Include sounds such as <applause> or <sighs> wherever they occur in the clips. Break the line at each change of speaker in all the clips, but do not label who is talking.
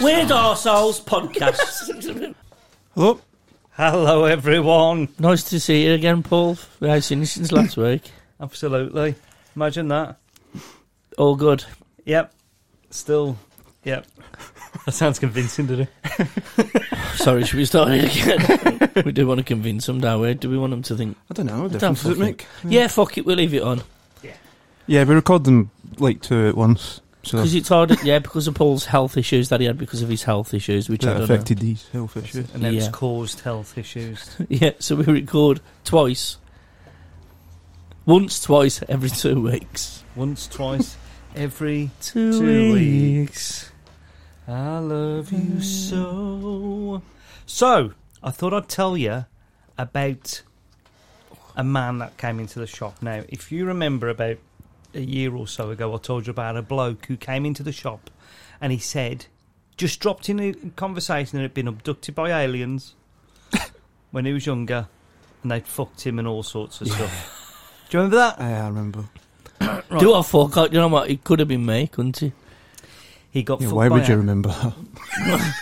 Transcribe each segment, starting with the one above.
Weird Arseholes Podcast.
Hello.
Hello, everyone.
<laughs> nice to see you again, Paul. We haven't seen you since last week.
Absolutely. Imagine that.
All good.
Yep. Still. Yep. That sounds convincing, doesn't it?
<laughs> Sorry, should we start it <laughs> again? we do want to convince them, don't we? Do we want them to think,
I don't know. What difference does it
fucking-
make?
yeah, fuck it, we'll leave it on?
Yeah, we record them like two at once, so
Because it's hard, yeah, because of Paul's health issues that he had because of his health issues, which I
that
don't
affected these health issues.
And then it's
Yeah.
caused health issues.
know. <laughs> Yeah, so we record twice. Once, twice, every two weeks.
Once, twice, every.
Two,
Two
weeks.
I love you so. So, I thought I'd tell you about a man that came into the shop. Now, if you remember about a year or so ago, I told you about a bloke who came into the shop and he said, just dropped in a conversation that had been abducted by aliens <laughs> when he was younger and they'd fucked him and all sorts of stuff. Do you remember that?
I, I remember.
Do I fuck? You know what? It could have been me, couldn't it?
He got
Yeah,
fucked
why
by
would you
a-
remember that?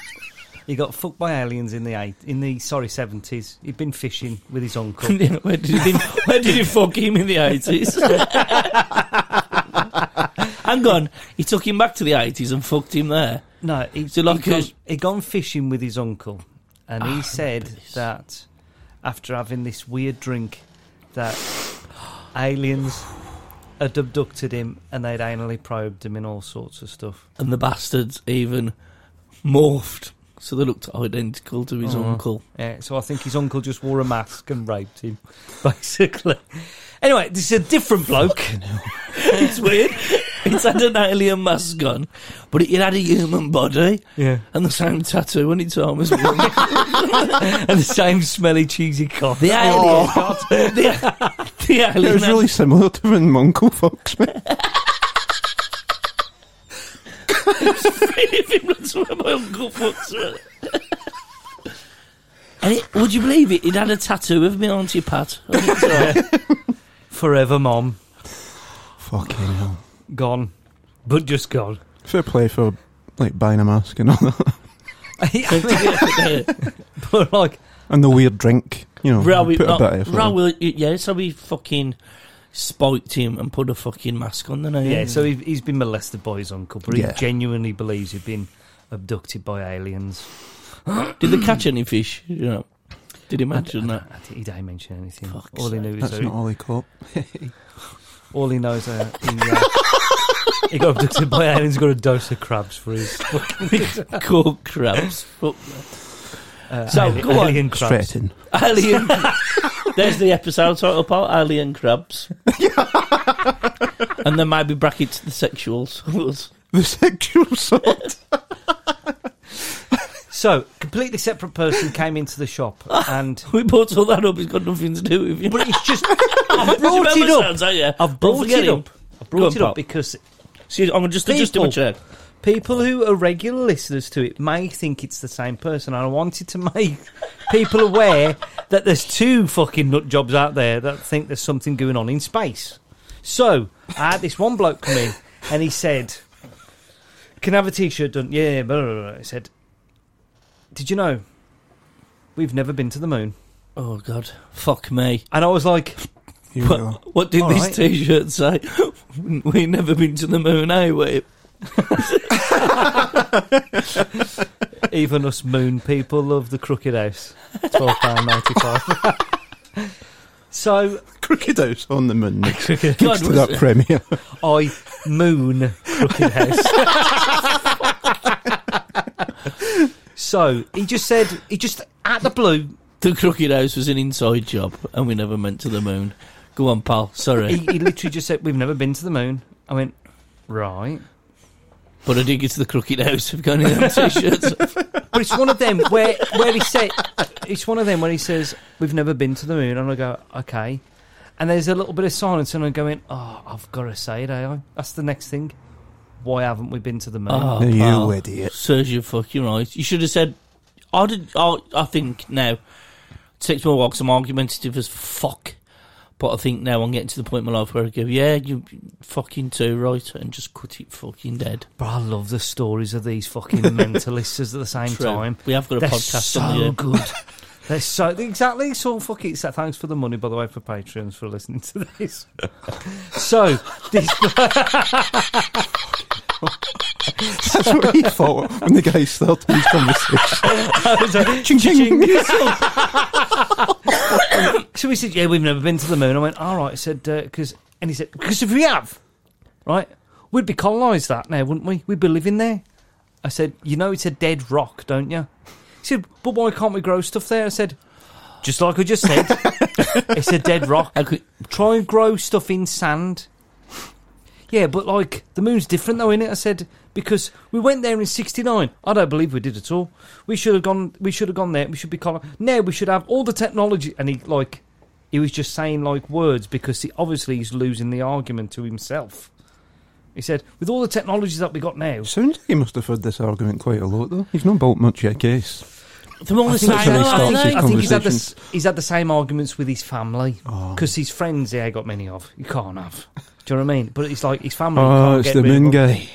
He got fucked by aliens in the eight, in the sorry seventies. He'd been fishing with his uncle.
Yeah, <laughs> where did you where did you fuck him in the
<laughs>
eighties? Hang on, he took him back to the eighties and fucked him there.
No, he,
So like
he'd, gone,
a-
he'd gone fishing with his uncle, and
Ah, I
he
remember
said
this.
that after having this weird drink,
<sighs>
that aliens had abducted him and they'd anally probed him and all sorts of stuff.
And the bastards even morphed, so they looked identical to his
Oh.
uncle.
Yeah, so I think his uncle just wore a mask and raped him, <laughs> basically. Anyway, this is a different bloke.
It's
<laughs>
weird. it's had an alien mask on, but it had a human body
Yeah,
and the same tattoo on its arm as <laughs>
<laughs>
well.
and the same smelly cheesy cock.
<laughs> the alien, the, the
It
alien,
was
had-
really similar to when Monko fucks me.
if it runs where my uncle fucks with. And it, would you believe it? It had a tattoo of me, auntie <laughs> Pat. on Oh, its arm.
<laughs> Forever, mom,
<laughs> Fucking hell.
gone, but just gone.
Fair play for like buying a mask and all that,
<laughs>
<laughs>
Oh,
but like,
and the weird drink. You know,
Right, we,
put
not,
a bit of effort.
right,
in.
we- yeah, so we fucking spiked him and put a fucking mask on the name.
yeah. So he, he's been molested by his uncle, but
Yeah.
he genuinely believes he'd been abducted by aliens.
Did they catch any fish? You know? Did you imagine
<laughs>
that?
I think he didn't mention anything.
Fuck's
all he knew is
That's
that
not all he caught.
all he knows uh, he, uh, he got abducted by aliens. Got a dose of crabs for his
Cool crabs. But
uh,
So,
ali-
go on.
alien
It's
crabs.
threatening.
alien. There's the episode title, Paul. Alien crabs. and there might be brackets the sexuals. <laughs>
The sexual sort.
So, completely separate person came into the shop and.
We brought all that up. It's got nothing to do with you.
But it's
<laughs>
just I brought it up. I've brought it up. I
Go
brought
on,
it up
Pop.
because
See, I'm just just do a
People.
check.
People who are regular listeners to it may think it's the same person, and I wanted to make people aware that there's two fucking nut jobs out there that think there's something going on in space. So I had this one bloke come in, and he said, "Can I have a t-shirt done?" Yeah, blah, blah, blah. he said, "Did you know we've never been to the moon?"
Oh God, fuck me!
And I was like,
<laughs> Here we go.
What, what did
All
this
right.
T-shirt say? <laughs> we never been to the moon, eh? We
"Even us moon people love the crooked house." Twelve pound ninety-five. <laughs> So
Crooked House on the <laughs> Moon. Next, next
God,
to
was
that
it?
premiere.
I moon Crooked House. so he just said, he just at the blue,
the crooked house was an inside job, and we never went to the moon. Go on, pal.
he,
Sorry,
he literally just said, "We've never been to the moon." I went, right,
but I did get to the crooked house. I've got any of them
<laughs>
T-shirts.
but it's one of them where where he said, it's one of them when he says, "We've never been to the moon," and I go, okay. And there's a little bit of silence, and I'm going, "Oh, I've got to say it, AI." That's the next thing. Why haven't we been to the moon?
Oh,
you
pal.
idiot.
Serves you fucking right. You should have said. I did. I, I think now. Takes me a while. 'cause I'm argumentative as fuck. But I think now I'm getting to the point in my life where I go, yeah, you fucking too right, and just cut it fucking dead.
Bro, I love the stories of these fucking mentalists at the same
True.
time.
We have got a
They're
podcast
so
on the
good.
<laughs>
They're so exactly so fuck it. So thanks for the money, by the way, for patrons for listening to this. so this
<laughs> That's what he thought when the guy started <laughs> his conversation. Ching, ching. <laughs>
so he said, "Yeah, we've never been to the moon." I went, "All right." I said, "Because," and he said, "Because if we have, right, we'd be colonised that now, wouldn't we? We'd be living there." I said, "You know, it's a dead rock, don't you?" He said, "But why can't we grow stuff there?" I said, "Just like I just
<laughs>
said, it's a dead rock.
How could-
Try and grow stuff in sand." Yeah, but like the moon's different though, innit? I said because we went there in '69. I don't believe we did at all. We should have gone. We should have gone there. We should be calling. No, we should have all the technology. And he like, he was just saying like words because he obviously he's losing the argument to himself. He said, with all the technologies that we got now,
Sounds like he must have heard this argument quite a lot, though. He's not bought much yet, case.
They're all the
think
same,
that's how
aren't
they
they?
started.
I think he's had the s-
Conversations.
he's had the same arguments with his family because his friends he ain't got many of. You can't have. Do you know what I mean? But it's like his family.
Oh,
can't
it's
get
the
rid of
moon
him.
guy.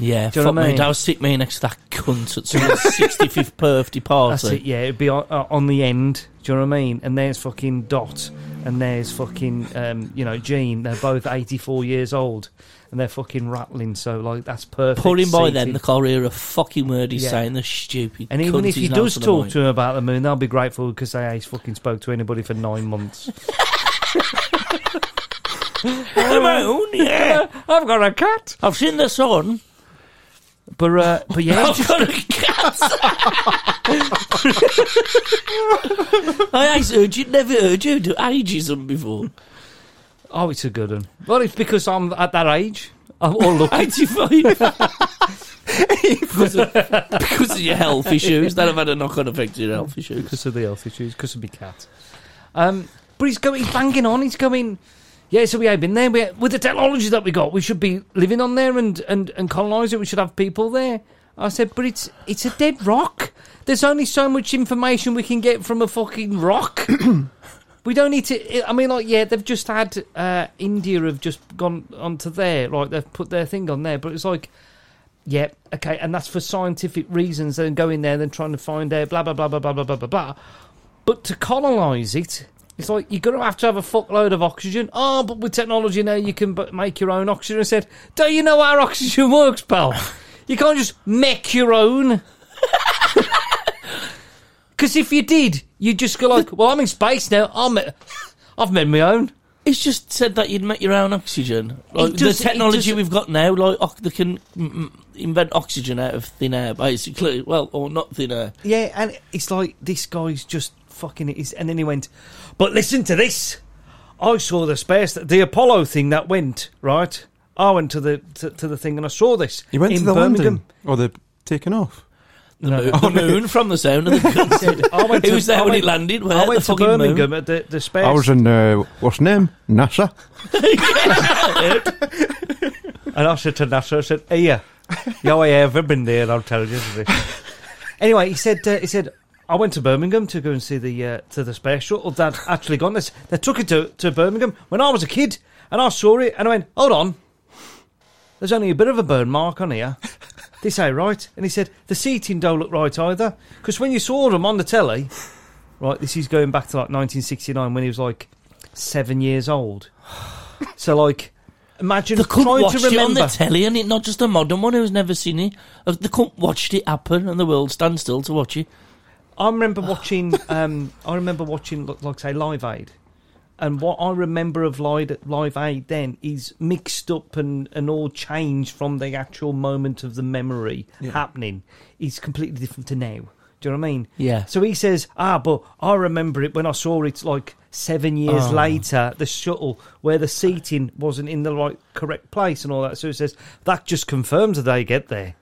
Yeah,
Do you know
fuck
what I
me.
mean?
I was sitting me next to that cunt at someone's <laughs> 65th birthday
That's it,
party.
yeah. It'd be on, uh, on the end. Do you know what I mean? And there's fucking Dot, and there's fucking um, you know Gene. They're both eighty-four years old, and they're fucking rattling. So like that's perfect.
Pulling by then,
seating.
the can't hear a fucking word he's
Yeah.
saying. The stupid.
and even
cunt
if he
he's now
does
to the
talk
point.
to him about the moon, they'll be grateful because they ain't fucking spoke to anybody for nine months.
the moon,
<laughs>
yeah,
I've got a cat,
I've seen the sun.
but uh, but
<laughs>
yeah,
I've got a cat. <laughs> I ain't heard you, never heard you do ageism before.
Oh, it's a good one. Well, it's because I'm at that age. I'm
<laughs>
all look.
85. because, of, because of your health issues. That'll have had a knock on effect to your health issues.
because of the health issues, because of my cat. Um, but he's going, he's banging on. He's going, yeah. So we ain't been there. We, with the technology that we got, we should be living on there and and and colonise it. We should have people there. I said, but it's it's a dead rock. There's only so much information we can get from a fucking rock. We don't need to. I mean, like, yeah, they've just had uh, India have just gone onto there, like they've put their thing on there. But it's like, yeah, okay, and that's for scientific reasons. Then going there, then trying to find out, blah blah blah blah blah blah blah blah. blah. But to colonize it, it's like you're gonna have to have a fuckload of oxygen. Oh, but with technology now, you can b- make your own oxygen. I said, don't you know how oxygen works, pal? You can't just make your own. <laughs> Because if you did, you'd just go like, well, I'm in space now. I'm, I've made my own.
It's just said that you'd make your own oxygen. Like,
It does-
the
it
technology
does-
we've got now, like ox- they can mm, mm, invent oxygen out of thin air, basically. Well, or not thin air.
Yeah, and it's like this guy's just fucking it. Is and then he went, but listen to this. I saw the space that the Apollo thing that went right. I went to the to, to the thing and I saw this.
He went
in
to the
Birmingham.
London. Or the taking off.
The,
No.
moon, the moon from the sound <laughs> of the
He said, I
<laughs>
went
He
to-
was there
I
when
went-
it landed. Where
I
the
went to
fucking
Birmingham
moon?
at the, the space.
I was in, uh, what's her name? NASA.
And I said to Nasser, I said, "Hey, yeah, <laughs> yeah, I ever been there? I'll tell you." <laughs> anyway, he said, uh, he said, I went to Birmingham to go and see the uh, to the space shuttle that actually gone. This they took it to, to Birmingham when I was a kid, and I saw it, and I went, "Hold on, there's only a bit of a burn mark on here." This ain't right. And he said, the seating don't look right either. Because when you saw them on the telly, right, this is going back to like 1969 when he was like seven years old. So, like, imagine
They couldn't
trying
watch
to
it on
remember.
the telly, and it not just a modern one who's never seen it. Uh, They couldn't watch it happen, and the world stands still to watch it.
I remember watching. Um, I remember watching, like, like say, Live Aid, and what I remember of Live, Live Aid then is mixed up and, and all changed from the actual moment of the memory happening. It's completely different to now. Do you know what I mean?
Yeah.
So he says, "Ah, but I remember it when I saw it like seven years
Oh.
later, the shuttle where the seating wasn't in the right correct place and all that." So he says that just confirms that they get there.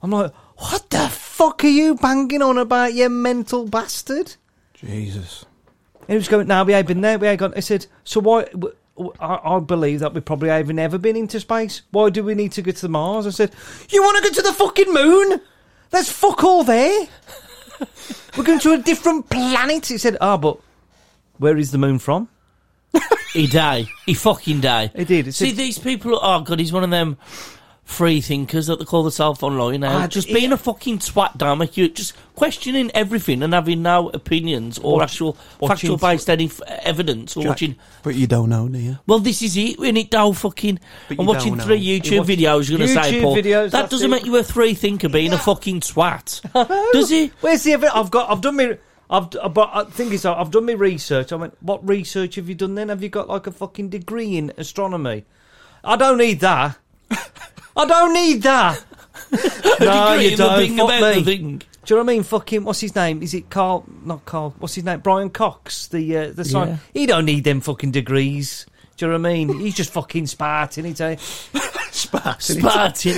I'm like, what the fuck are you banging on about, you mental bastard?
Jesus.
And he was going, "Now we ain't been there. We ain't gone." I said, "So why?" w- w- I I believe that we probably haven't ever been into space. Why do we need to go to Mars? I said, "You want to go to the fucking moon? There's fuck all there. <laughs> We're going to a different planet." He said, "Ah, but where is the moon from?"
He die. He fucking die.
He did. It's
See,
a-
these people. Oh god, he's one of them free thinkers that they call themselves online now.
Ah,
just
it-
being a fucking twat, damn it! You just questioning everything and having no opinions or
Watch-
actual
watching
factual based any f- evidence or watching.
But you don't know, do you?
Well, this is it, and it don't fucking.
But
I'm
you
watching
don't
three
know.
YouTube
You watch-
videos. You're gonna say,
YouTube
Paul,
videos,
that
that's
doesn't
it.
make you a free thinker being a fucking twat, does it?
Where's the evidence? I've got. I've done me. I've. d- But the thing is, I've done my research. I went. What research have you done? Then have you got like a fucking degree in astronomy? I don't need that. I don't
<laughs>
need that. no,
Agree
you
in the
don't.
thing
Fuck
about the
me.
thing.
Do you know what I mean? Fucking what's his name? Is it Carl? Not Carl. What's his name? Brian Cox. The uh, the sign.
Yeah.
He don't need them fucking degrees. Do you know what I mean? He's just fucking sparting. He's a
<laughs> Spartan,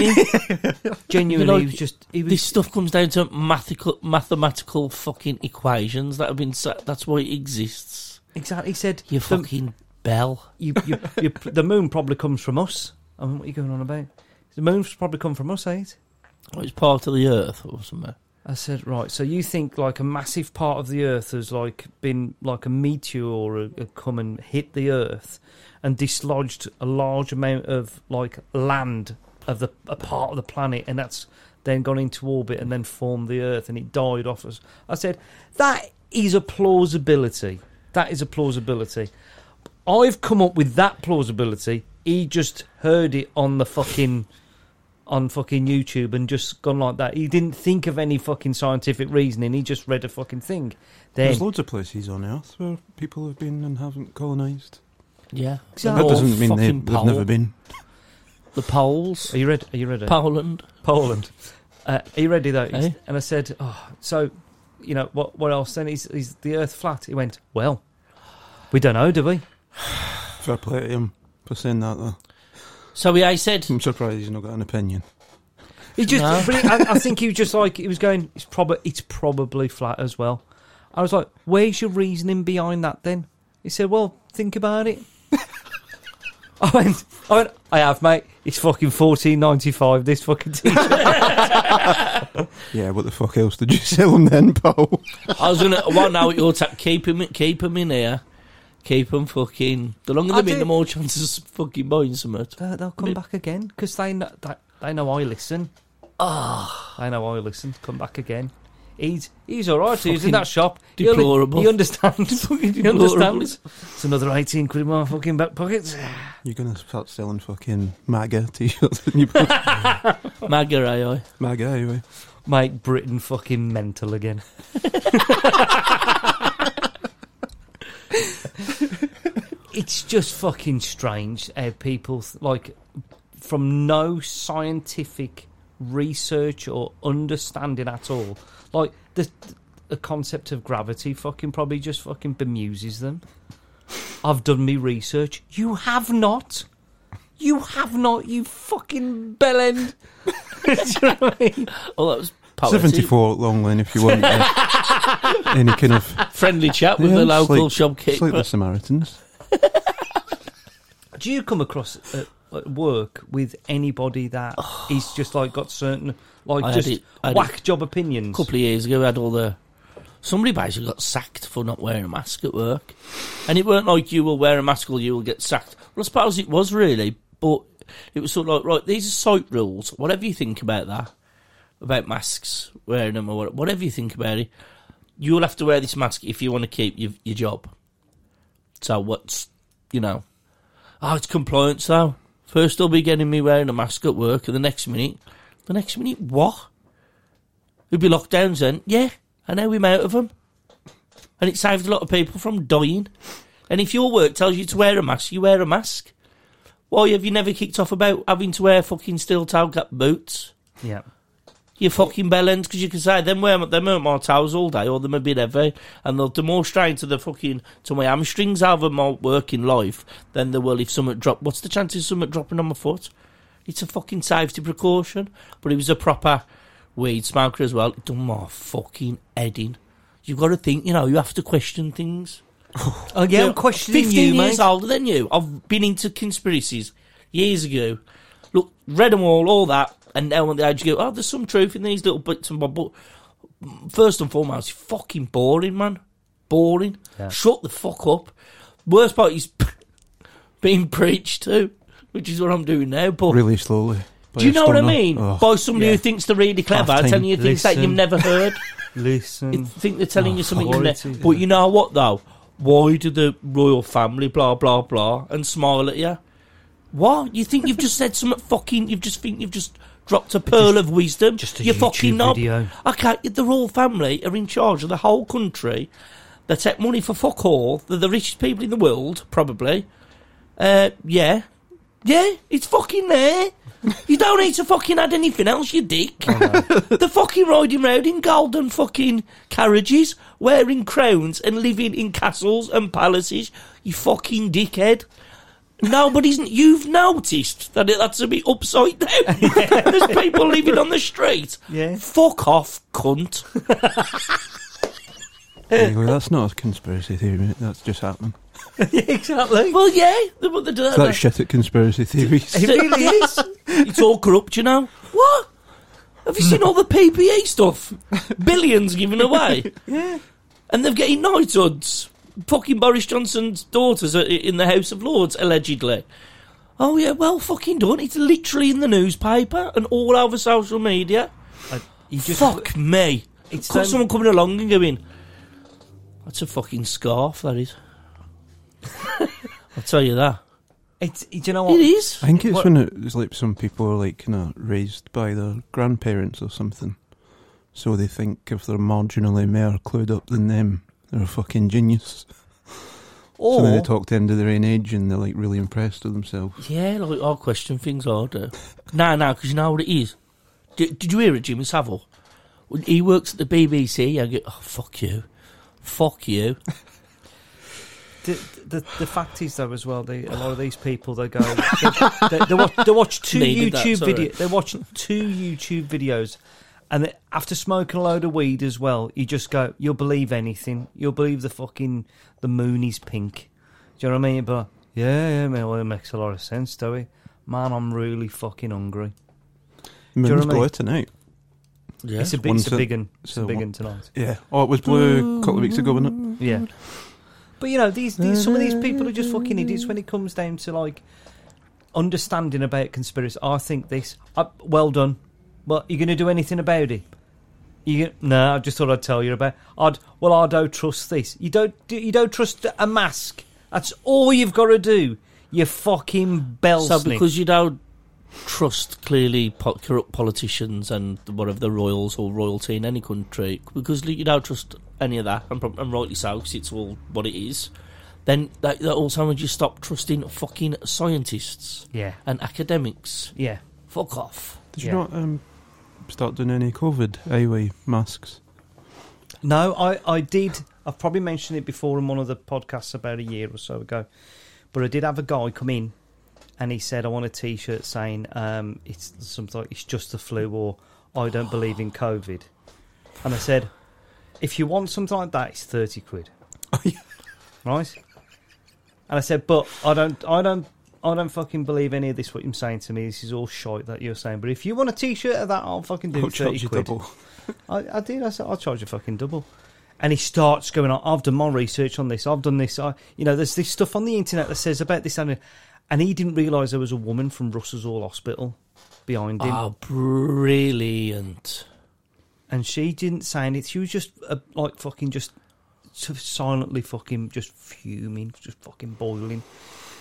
eh?
genuinely.
Like,
he was just. He was.
this stuff comes down to mathematical, mathematical fucking equations that have been set. That's why it exists.
exactly. He said
You
the,
fucking bell.
you, you, you, <laughs> the moon probably comes from us. I mean, what are you going on about? The moon's probably come from us, eh? ain't it?
Oh, It's part of the earth or something.
I said, right. So you think like a massive part of the Earth has like been like a meteor or a, a come and hit the Earth and dislodged a large amount of like land of the a part of the planet, and that's then gone into orbit and then formed the Earth and it died off us. I said that is a plausibility. That is a plausibility. I've come up with that plausibility. He just heard it on the fucking on fucking YouTube and just gone like that. He didn't think of any fucking scientific reasoning. He just read a fucking thing. Then
There's loads of places on Earth where people have been and haven't colonised.
Yeah.
That
That
Oh,
doesn't mean they,
fucking
they've
Pol-
never been.
The poles.
are you ready? Are you ready?
Poland.
Poland. Uh, are you ready though?
Eh?
And I said, oh, so you know what? What else? Then he's, he's the Earth flat. He went, well, we don't know, do we?
Fair play to him for saying that, though.
So yeah, I said.
I'm surprised he's not got an opinion.
He just,
No.
but he- I, I think he was just like he was going. It's probably it's probably flat as well. I was like, where's your reasoning behind that then? He said, well, think about it. <laughs> I went, I went, I have, mate. It's fucking fourteen ninety five. This fucking t-shirt.
Yeah, what the fuck else did you <laughs> sell him then, pal?
I was gonna. Well, now you'll ta- keep him. Keep him in here. Keep him fucking. The longer
I
they've been,
do-
the more chances of fucking buying something.
Uh, They'll they'll come back again because they know they, they know I listen. Ah, they know I listen. Come back again. He's he's all right. He's in
Fucking
that shop. He'll-
deplorable.
He understands. <laughs> he
deplorable.
understands. It's another eighteen quid in my fucking back pockets.
You're going to start selling fucking MAGA t shirts, aren't you? pal?
Magger, aye, aye.
<laughs> MAGA, anyway.
Make Britain fucking mental again. it's just fucking strange how people th- like from no scientific research or understanding at all. Like the the concept of gravity fucking probably just fucking bemuses them. I've done me research. You have not. You have not. You fucking bellend. <laughs> Do you know what I mean?
Oh, that was poetry.
74 Long Lane, if you want. uh,
<laughs>
any kind of.
Friendly chat with
Yeah,
the
it's
local
like- It's
shopkeeper.
like the Samaritans.
Do you come across at, at work with
<sighs>
anybody that is just like got certain like
I had
just
it- I had
whack job opinions?
couple of years ago, we had all the. Somebody basically got sacked for not wearing a mask at work. And it weren't like you will wear a mask or you will get sacked. Well, I suppose it was really, but it was sort of like, right, these are site rules. Whatever you think about that, about masks, wearing them, or what- whatever you think about it, you'll have to wear this mask if you want to keep your, your job. So what's, you know. Oh, it's compliance though. First they'll be getting me wearing a mask at work, and the next minute, the next minute, what? We'd be lockdowns then. Yeah, and now we're out of them. And it saved a lot of people from dying. And if your work tells you to wear a mask, you wear a mask. Why have you never kicked off about having to wear fucking steel toe cap boots?
yeah.
You fucking bellends, because you can say them wear them weren't my towels all day, or them a bit heavy, and they'll do more strain to the fucking to my hamstrings over my working life than they will if something drop. What's the chances of something dropping on my foot? It's a fucking safety precaution, but he was a proper weed smoker as well. It done my fucking head in. You've got to think, you know, you have to question things.
Oh yeah, I'm questioning
15
you,
years
mate.
older than you. I've been into conspiracies years ago. Look, read them all, all that, and now at the age you go, oh, there's some truth in these little bits and bobs. But first and foremost, it's fucking boring, man. Boring.
Yeah.
Shut the fuck up. Worst part is <laughs> being preached to, which is what I'm doing now. But
really slowly. by
do you
a
know what I
stoner.
mean?
Oh,
By somebody
yeah.
who thinks they're really clever,
Half-time
telling you things that you've
listen.
never heard.
Listen.
<laughs> It- think they're telling
Oh,
you something.
fuck.
you ne-
Um, Authority.
but you know what though? Why do the royal family blah blah blah and smile at you? What you think you've just said something fucking? You've just think you've just dropped a pearl of wisdom?
just a
you
YouTube
fucking knob.
video.
Okay, the royal family are in charge of the whole country. They take money for fuck all. They're the richest people in the world, probably. Uh, yeah, yeah, it's fucking there. You don't need to fucking add anything else, you dick. <laughs> They're fucking riding round in golden fucking carriages, wearing crowns and living in castles and palaces. You fucking dickhead. Nobody's. You've noticed that it, that's a bit upside down. <laughs> There's people living on the street.
Yeah.
Fuck off, cunt.
Anyway, that's not a conspiracy theory, mate. That's just happening.
exactly.
Well, yeah, they put the dirt.
That shit at conspiracy theories.
<laughs>
It really is.
It's all corrupt, you know. What? Have you seen all the PPE stuff? Billions given away. <laughs> yeah. And they're getting knighthoods. Fucking Boris Johnson's daughters are i- in the House of Lords, allegedly. Oh, yeah, well, fucking done. It's literally in the newspaper and all over social media.
I- Uh, you just
Fuck me.
It's um,
It's
them-
someone coming along and going, that's a fucking scarf, that is. <laughs> I'll tell you that.
It's. Do you know
It
what?
is.
I think it's
What-
when it was like some people are like you know raised by their grandparents or something, so they think if they're marginally more clued up than them, they're a fucking genius. so then
Or
they talk to the end of their own age and they're like really impressed with themselves.
Yeah, like I question things I do. No, no, because you know what it is. Did, did you hear it, Jimmy Savile? Well, He works at the BBC. I go, oh fuck you, fuck you.
the, the, the fact is though as well, the, a lot of these people they go they, they, they, watch, they watch two
Needed that,
YouTube
sorry.
videos. They watch two YouTube videos, and they, after smoking a load of weed as well, you just go, you'll believe anything. You'll believe the fucking the moon is pink. Do you know what I mean? But yeah, yeah, man, well, it makes a lot of sense, do it? Man, I'm really fucking hungry.
Moon's
you know what I mean?
blue tonight.
Yeah,
It's a big,
One
it's a
to-
big one. It's
so
a big
one-
one tonight.
Yeah. Oh, it was blue a couple of weeks ago, wasn't it?
Yeah. But you know, these, these some of these people are just fucking idiots when it comes down to like understanding about conspiracy. I think this. I, well done. Well, you going to do anything about it? You gonna- no, I just thought I'd tell you about. I'd well, I don't trust this. You don't. do- You don't trust a mask. That's all you've got to do. You fucking bell
so
snitch.
because you don't trust clearly po- corrupt politicians and whatever the royals or royalty in any country, because you don't trust any of that, and, prob- and rightly so, 'cause it's all what it is. Then that, that also means you stop trusting fucking scientists
yeah,
and academics.
yeah.
Fuck off.
Did you
Yeah.
not um, start doing any COVID AOE masks?
No, I, I did. I've probably mentioned it before in one of the podcasts about a year or so ago. But I did have a guy come in and he said, I want a t shirt saying um, it's something like, it's just the flu or I don't believe in COVID. And I said, if you want something like that, it's 30
<laughs>
quid. Right? And I said, but I don't, I don't. I don't fucking believe any of this. What you're saying to me, this is all shite that you're saying. But if you want a T-shirt of that, I'll fucking do
I'll
it.
charge you
quid.
double.
I, I did. I said, I'll charge you fucking double. And he starts going on. I've done my research on this. I've done this. I, you know, there's this stuff on the internet that says about this. And, and he didn't realise there was a woman from Russell's All Hospital behind him.
Oh, brilliant.
And she didn't say anything. She was just uh, like fucking just sort of silently fucking just fuming, just fucking boiling.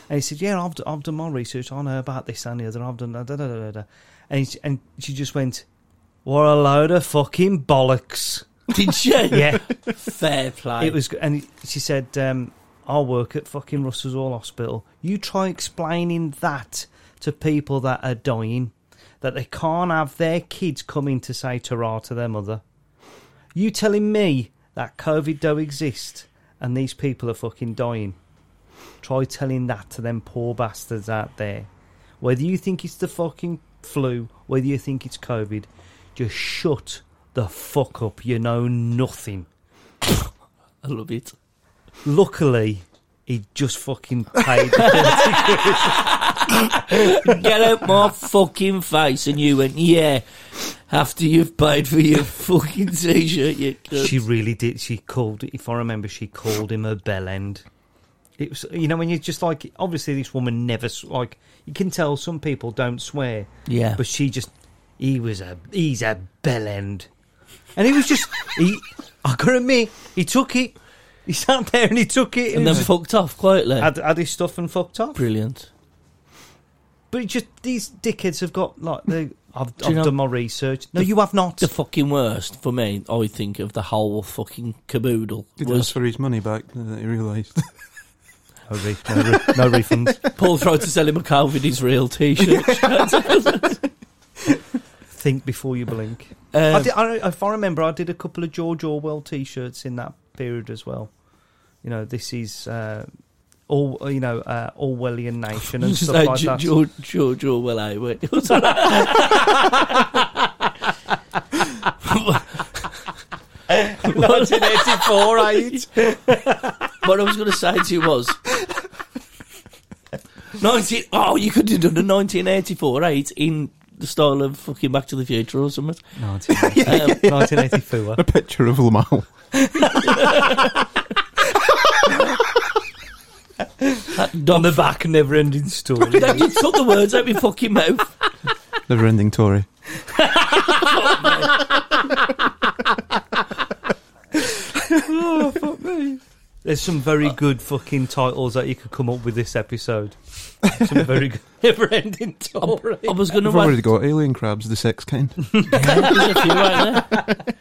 And he said, "Yeah, I've, d- I've done my research. I know about this and the other. I've done da da da da da." da." And he, s- and she just went, "What a load of fucking bollocks!" <laughs>
Did she? <laughs>
Yeah.
Fair play.
It was, g- and she said, um, "I'll work at fucking Russell's All Hospital. You try explaining that to people that are dying, that they can't have their kids coming to say ta to their mother. You telling me that COVID don't exist and these people are fucking dying. Try telling that to them poor bastards out there. Whether you think it's the fucking flu, whether you think it's COVID, just shut the fuck up. You know nothing."
I love it.
Luckily, he just fucking paid.
<laughs>
the
Get out my fucking face. And you went, yeah, after you've paid for your fucking t shirt, you
30 quid.
cunt.
she really did. She called, if I remember, she called him a bell end. It was, you know, when you're just like, obviously, this woman never s- like. You can tell some people don't swear,
Yeah.
but she just, he was a, he's a bell end, and he was just, he, I gotta admit, he took it. He sat there and he took it,
and
and
then fucked off quietly.
had, had his stuff and fucked off.
Brilliant.
But it just these dickheads have got like the. I've,
Do you
I've
know-
done my research. No,
the-
you have not.
The fucking worst for me, I think, of the whole fucking caboodle
Did ask
was
for his money back now that he realised. <laughs>
No, re- no, re- no refunds.
Paul tried to sell him a COVID Israel T-shirt.
Think before you blink. I
Um,
did, I, if I remember, I did a couple of George Orwell T-shirts in that period as well. You know, this is uh, all you know, uh, Orwellian <laughs> nation and
Just
stuff
like
like
Ge-
that.
George, George Orwell, I went. <laughs> What-
1984, right?
<laughs> what I was going to say to you was 19 oh you could have done a 1984 8 in the style of fucking Back to the Future or something
1984.
um,
1984.
a picture of Lamal.
that
On
dumb
<laughs> the back, never-ending <laughs>
<laughs>
story.
that just took the words out of my fucking
<laughs>
mouth
<laughs> Never ending Tory.
There's some very good fucking titles that you could come up with this episode. Some <laughs> very good never-ending story.
I was going to
I've
wait
already got alien crabs, the sex
<laughs>
kind.
there's a few right there <laughs>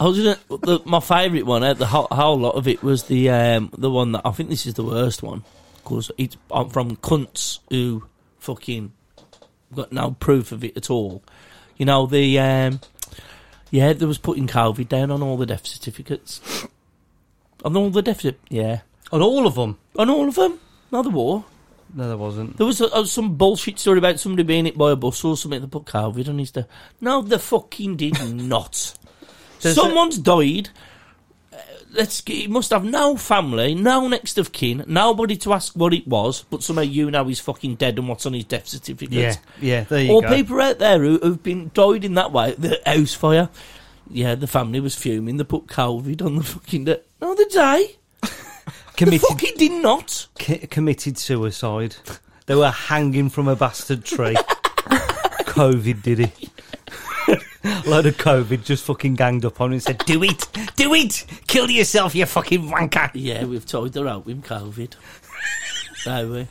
I was gonna, the, my favourite one out the whole, whole lot of it was the um, the one that I think this is the worst one because it's I'm from cunts who fucking got no proof of it at all. You know the um, yeah, there was putting COVID down on all the death certificates, on all the deficit, yeah,
On all of them.
on all of them. Not the war.
No, there wasn't.
There was a, uh, some bullshit story about somebody being hit by a bus or something that put COVID on his death. No, they fucking did <laughs> not.
There's a-
Someone's died. Uh, Let's. g- He must have no family, no next of kin, nobody to ask what it was. But somehow you know he's fucking dead and what's on his death certificate.
Yeah, yeah. There you
Or
go.
people out there who, who've been died in that way. The house fire. Yeah, the family was fuming. They put COVID on the fucking. De- no, they die. They
committed
fucking did not.
c- committed suicide. They were hanging from a bastard <laughs> tree. COVID did it. <laughs> Load of COVID just fucking ganged up on him and said, "Do it, do it, kill yourself, you fucking wanker."
Yeah, we've tied her out with COVID. don't we?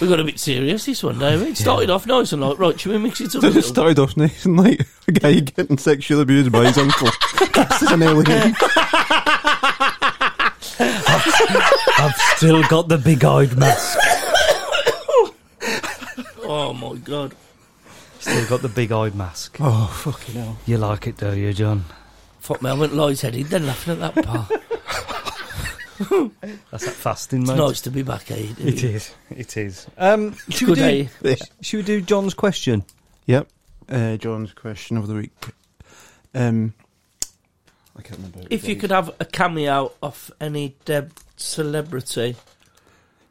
We got a bit serious this one, don't we? It started off nice and like, right, should we mix it up a <laughs>
it
little?
started off nice and like a guy getting sexually abused by his uncle. <laughs> this is an alien.
I've still got the big-eyed mask.
Oh my god.
<laughs> Still got the big-eyed mask.
Oh, fucking hell.
You like it, do you, John?
Fuck me, I went light-headed then laughing at that part. It's
That's that
<laughs>
fasting, mate.
nice to be back here.
It is. It is. <laughs> Um, should, we
Good
do,
day.
should we do John's question?
Yep. Uh, John's question of the week. Um, I can't remember.
If you could have a cameo of any dead celebrity,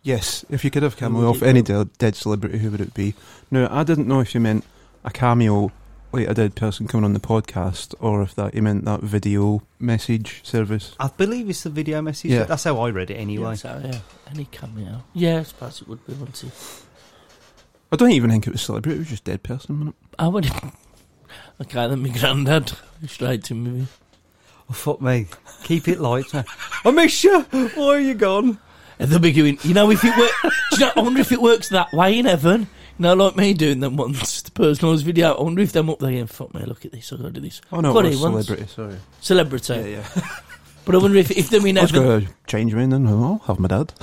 Yes, if you could have
would
cameo off
it
any dead, dead celebrity, who would it be? No, I didn't know if you meant a cameo, like a dead person coming on the podcast, or if that you meant that video message service.
I believe it's the video message.
Yeah.
That's how I read it anyway.
yeah, so, yeah, any cameo. Yeah, I suppose it would be, wouldn't it?
I don't even think it was celebrity; it was just dead person. Wasn't it?
I would. <laughs> okay, then my granddad. Straight to me.
Oh, fuck me. Keep it light. <laughs> oh, Misha, why are you gone?
And they'll be going, you know, if it works, <laughs> do you know, I wonder if it works that way in heaven. You know, like me doing them once, the personalised video. I wonder if them up there going, fuck me, look at this, I've got to do this.
Oh no,
Got
it was
it once.
celebrity. Sorry.
Celebrity.
Yeah, yeah.
But I wonder if, if them in
I was
heaven.
going to change mine then. I'll have my dad.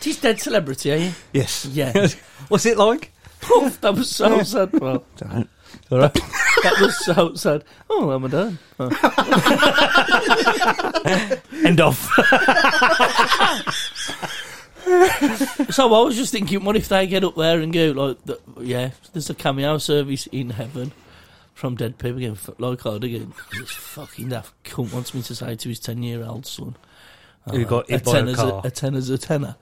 He's dead celebrity, are you?
Yes. <laughs>
Yeah.
What's it like?
oh, that was so sad, well.
Damn.
All right.
That was so sad. Oh, am I done? Oh.
End off.
So I was just thinking, what if they get up there and go, like, the, yeah, there's a cameo service in heaven. From dead people getting f- like hard again. This fucking daft cunt wants me to say to his ten year old son,
Who got
a
hit by a
tenner's
car.
a, tenner's a tenner.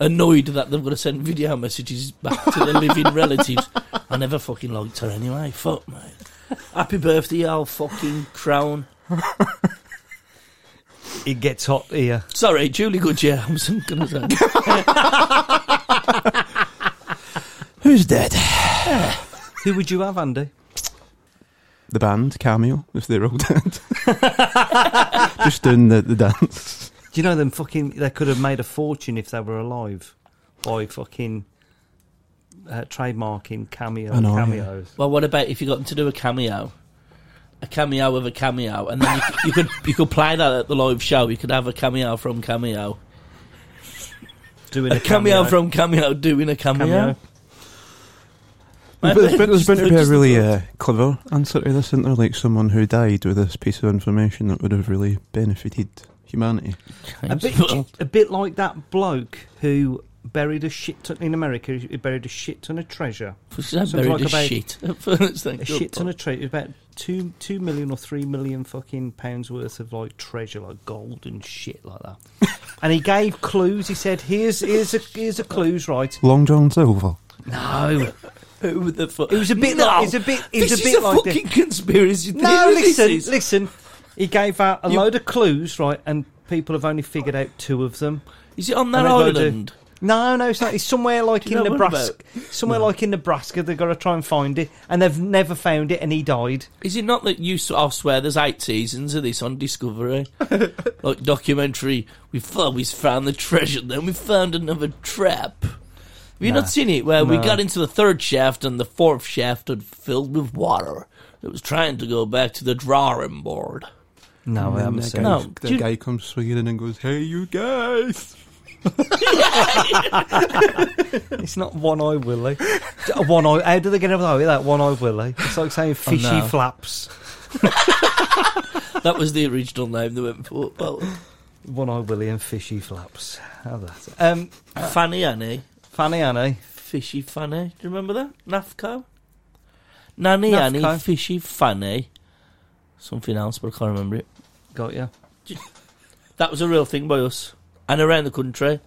Annoyed that they've got to send video messages back to their
<laughs>
living relatives. I never fucking liked her anyway. Fuck, mate. Happy birthday, Al fucking Crown.
it gets hot here.
Sorry, Julie Goodyear. <laughs> I was going to say.
Who's dead?
Who would you have, Andy?
The band, Cameo, if they're all dead. <laughs> Just doing the, the dance.
Do you know them fucking? They could have made a fortune if they were alive by fucking uh, trademarking cameo
I know, yeah.
cameos.
Well, what about if you got them to do a cameo? A cameo of a cameo, and then you, you could you could play that at the live show. You could have a cameo from cameo,
Doing
a cameo from cameo doing a cameo.
cameo.
But <laughs> there's been, there's been to be a really
<laughs>
uh, clever answer to this, isn't there? Like someone who died with this piece of information that would have really benefited humanity.
A bit, a bit like that bloke who buried a shit ton in America. He buried a shit ton of treasure. Something
buried
like
a
about-
shit. <laughs> It's like,
A shit ton of treasure. About two two million or three million fucking pounds worth of like treasure, like gold and shit
<laughs>
like that. and he gave clues. He said, "Here's here's a here's a clues, right?
Long John Silver.
No,
<laughs> Who the fuck?
it was a bit
No.
like it was a bit it was
this
a bit
is a
like the-
fucking conspiracy.
<laughs> No,
theory, <laughs> this
listen,
is.
listen. He gave out a
You-
load of clues, right, and people have only figured out two of them.
Is it on that
And I go to-
island?
No, no, it's not. It's somewhere like
Do you
in
know what
Nebraska. Somewhere like in Nebraska, they've got to try and find it, and they've never found it, and he died.
Is it not that you? s- I swear, there's eight seasons of this on
<laughs>
Discovery, like documentary. We always found the treasure, then we found another trap. Have you
Nah.
not seen it? Where we
No.
got into the third shaft and the fourth shaft had filled with water. It was trying to go back to the drawing board.
No, I
And
haven't
that
seen
guy,
No,
it.
that
do you-
guy comes swinging in and goes, "Hey, you guys!"
It's not one eye Willie. A one eye. How do they get over that? That one eye Willie. It's like saying fishy
Oh, no.
flaps.
that was the original name they went for.
<laughs>
Well,
One eye Willie and fishy flaps. How that? Um,
Fanny Annie,
Fanny Annie.
Fishy Fanny. Do you remember that? NAFCO? Nanny
Nafco.
Annie, Fishy Fanny. Something else, but I can't remember it.
Got you.
That was a real thing by us. And around the country.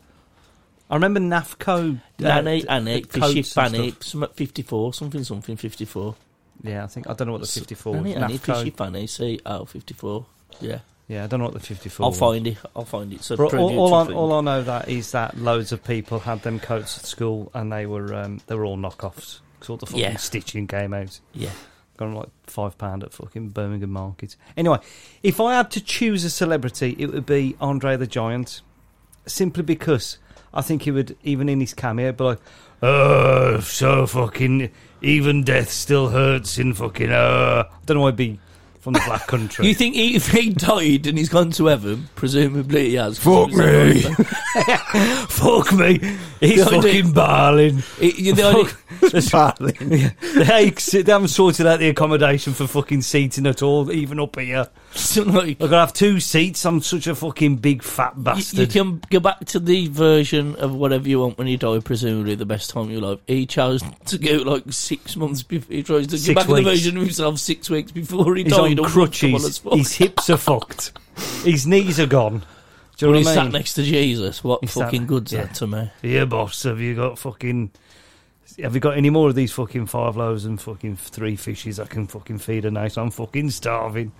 I remember NAFCO. uh,
Nanny,
d-
Annie,
the codes
Fishy,
and
Fanny,
stuff.
some at 54, something, something, 54.
Yeah, I think I don't know what the
S-
fifty-four. was.
Nanny, Annie,
Oh, NAFCO.
Fishy, Fanny, see, oh, 54. Yeah.
Yeah, I don't know what the fifty-four.
I'll
was.
find it. I'll find it. So,
But all, all, I,
on,
all I know that is that loads of people had them coats at school, and they were um, they were all knockoffs. Cause all the fucking
Yeah.
stitching came out.
Yeah.
Got them like five pound at fucking Birmingham Market. Anyway, if I had to choose a celebrity, it would be Andre the Giant, simply because I think he would, even in his cameo, be like, "Oh, so fucking even death still hurts in fucking." Uh. I don't know. I'd be from the <laughs> black country.
You think <laughs> he, if he died and he's gone to heaven, presumably he has. 'cause
Fuck
he was a
me.
lifer.
Fuck me, he's
Don't do-
fucking barling.
He- you- the
<laughs>
<laughs> only-
Yeah, they, they haven't sorted out the accommodation for fucking seating at all, even up here.
something like-
I've got to have two seats. I'm such a fucking big fat
you- you
bastard.
can go back to the version of whatever you want when you die, presumably the best time of your life. He chose to go like six months before he tries to
Six
go back to the
weeks.
version of himself six weeks before he
he's
died.
on
uncomfortable as
crutches.
fuck.
His hips are fucked. His knees are gone. Do you
When
know
he
what I
sat
mean?
next to Jesus, what
He sat-
fucking good's
yeah.
that to me?
Yeah, boss. Have you got fucking? Have you got any more of these fucking five loaves and fucking three fishes I can fucking feed a night? I'm fucking starving.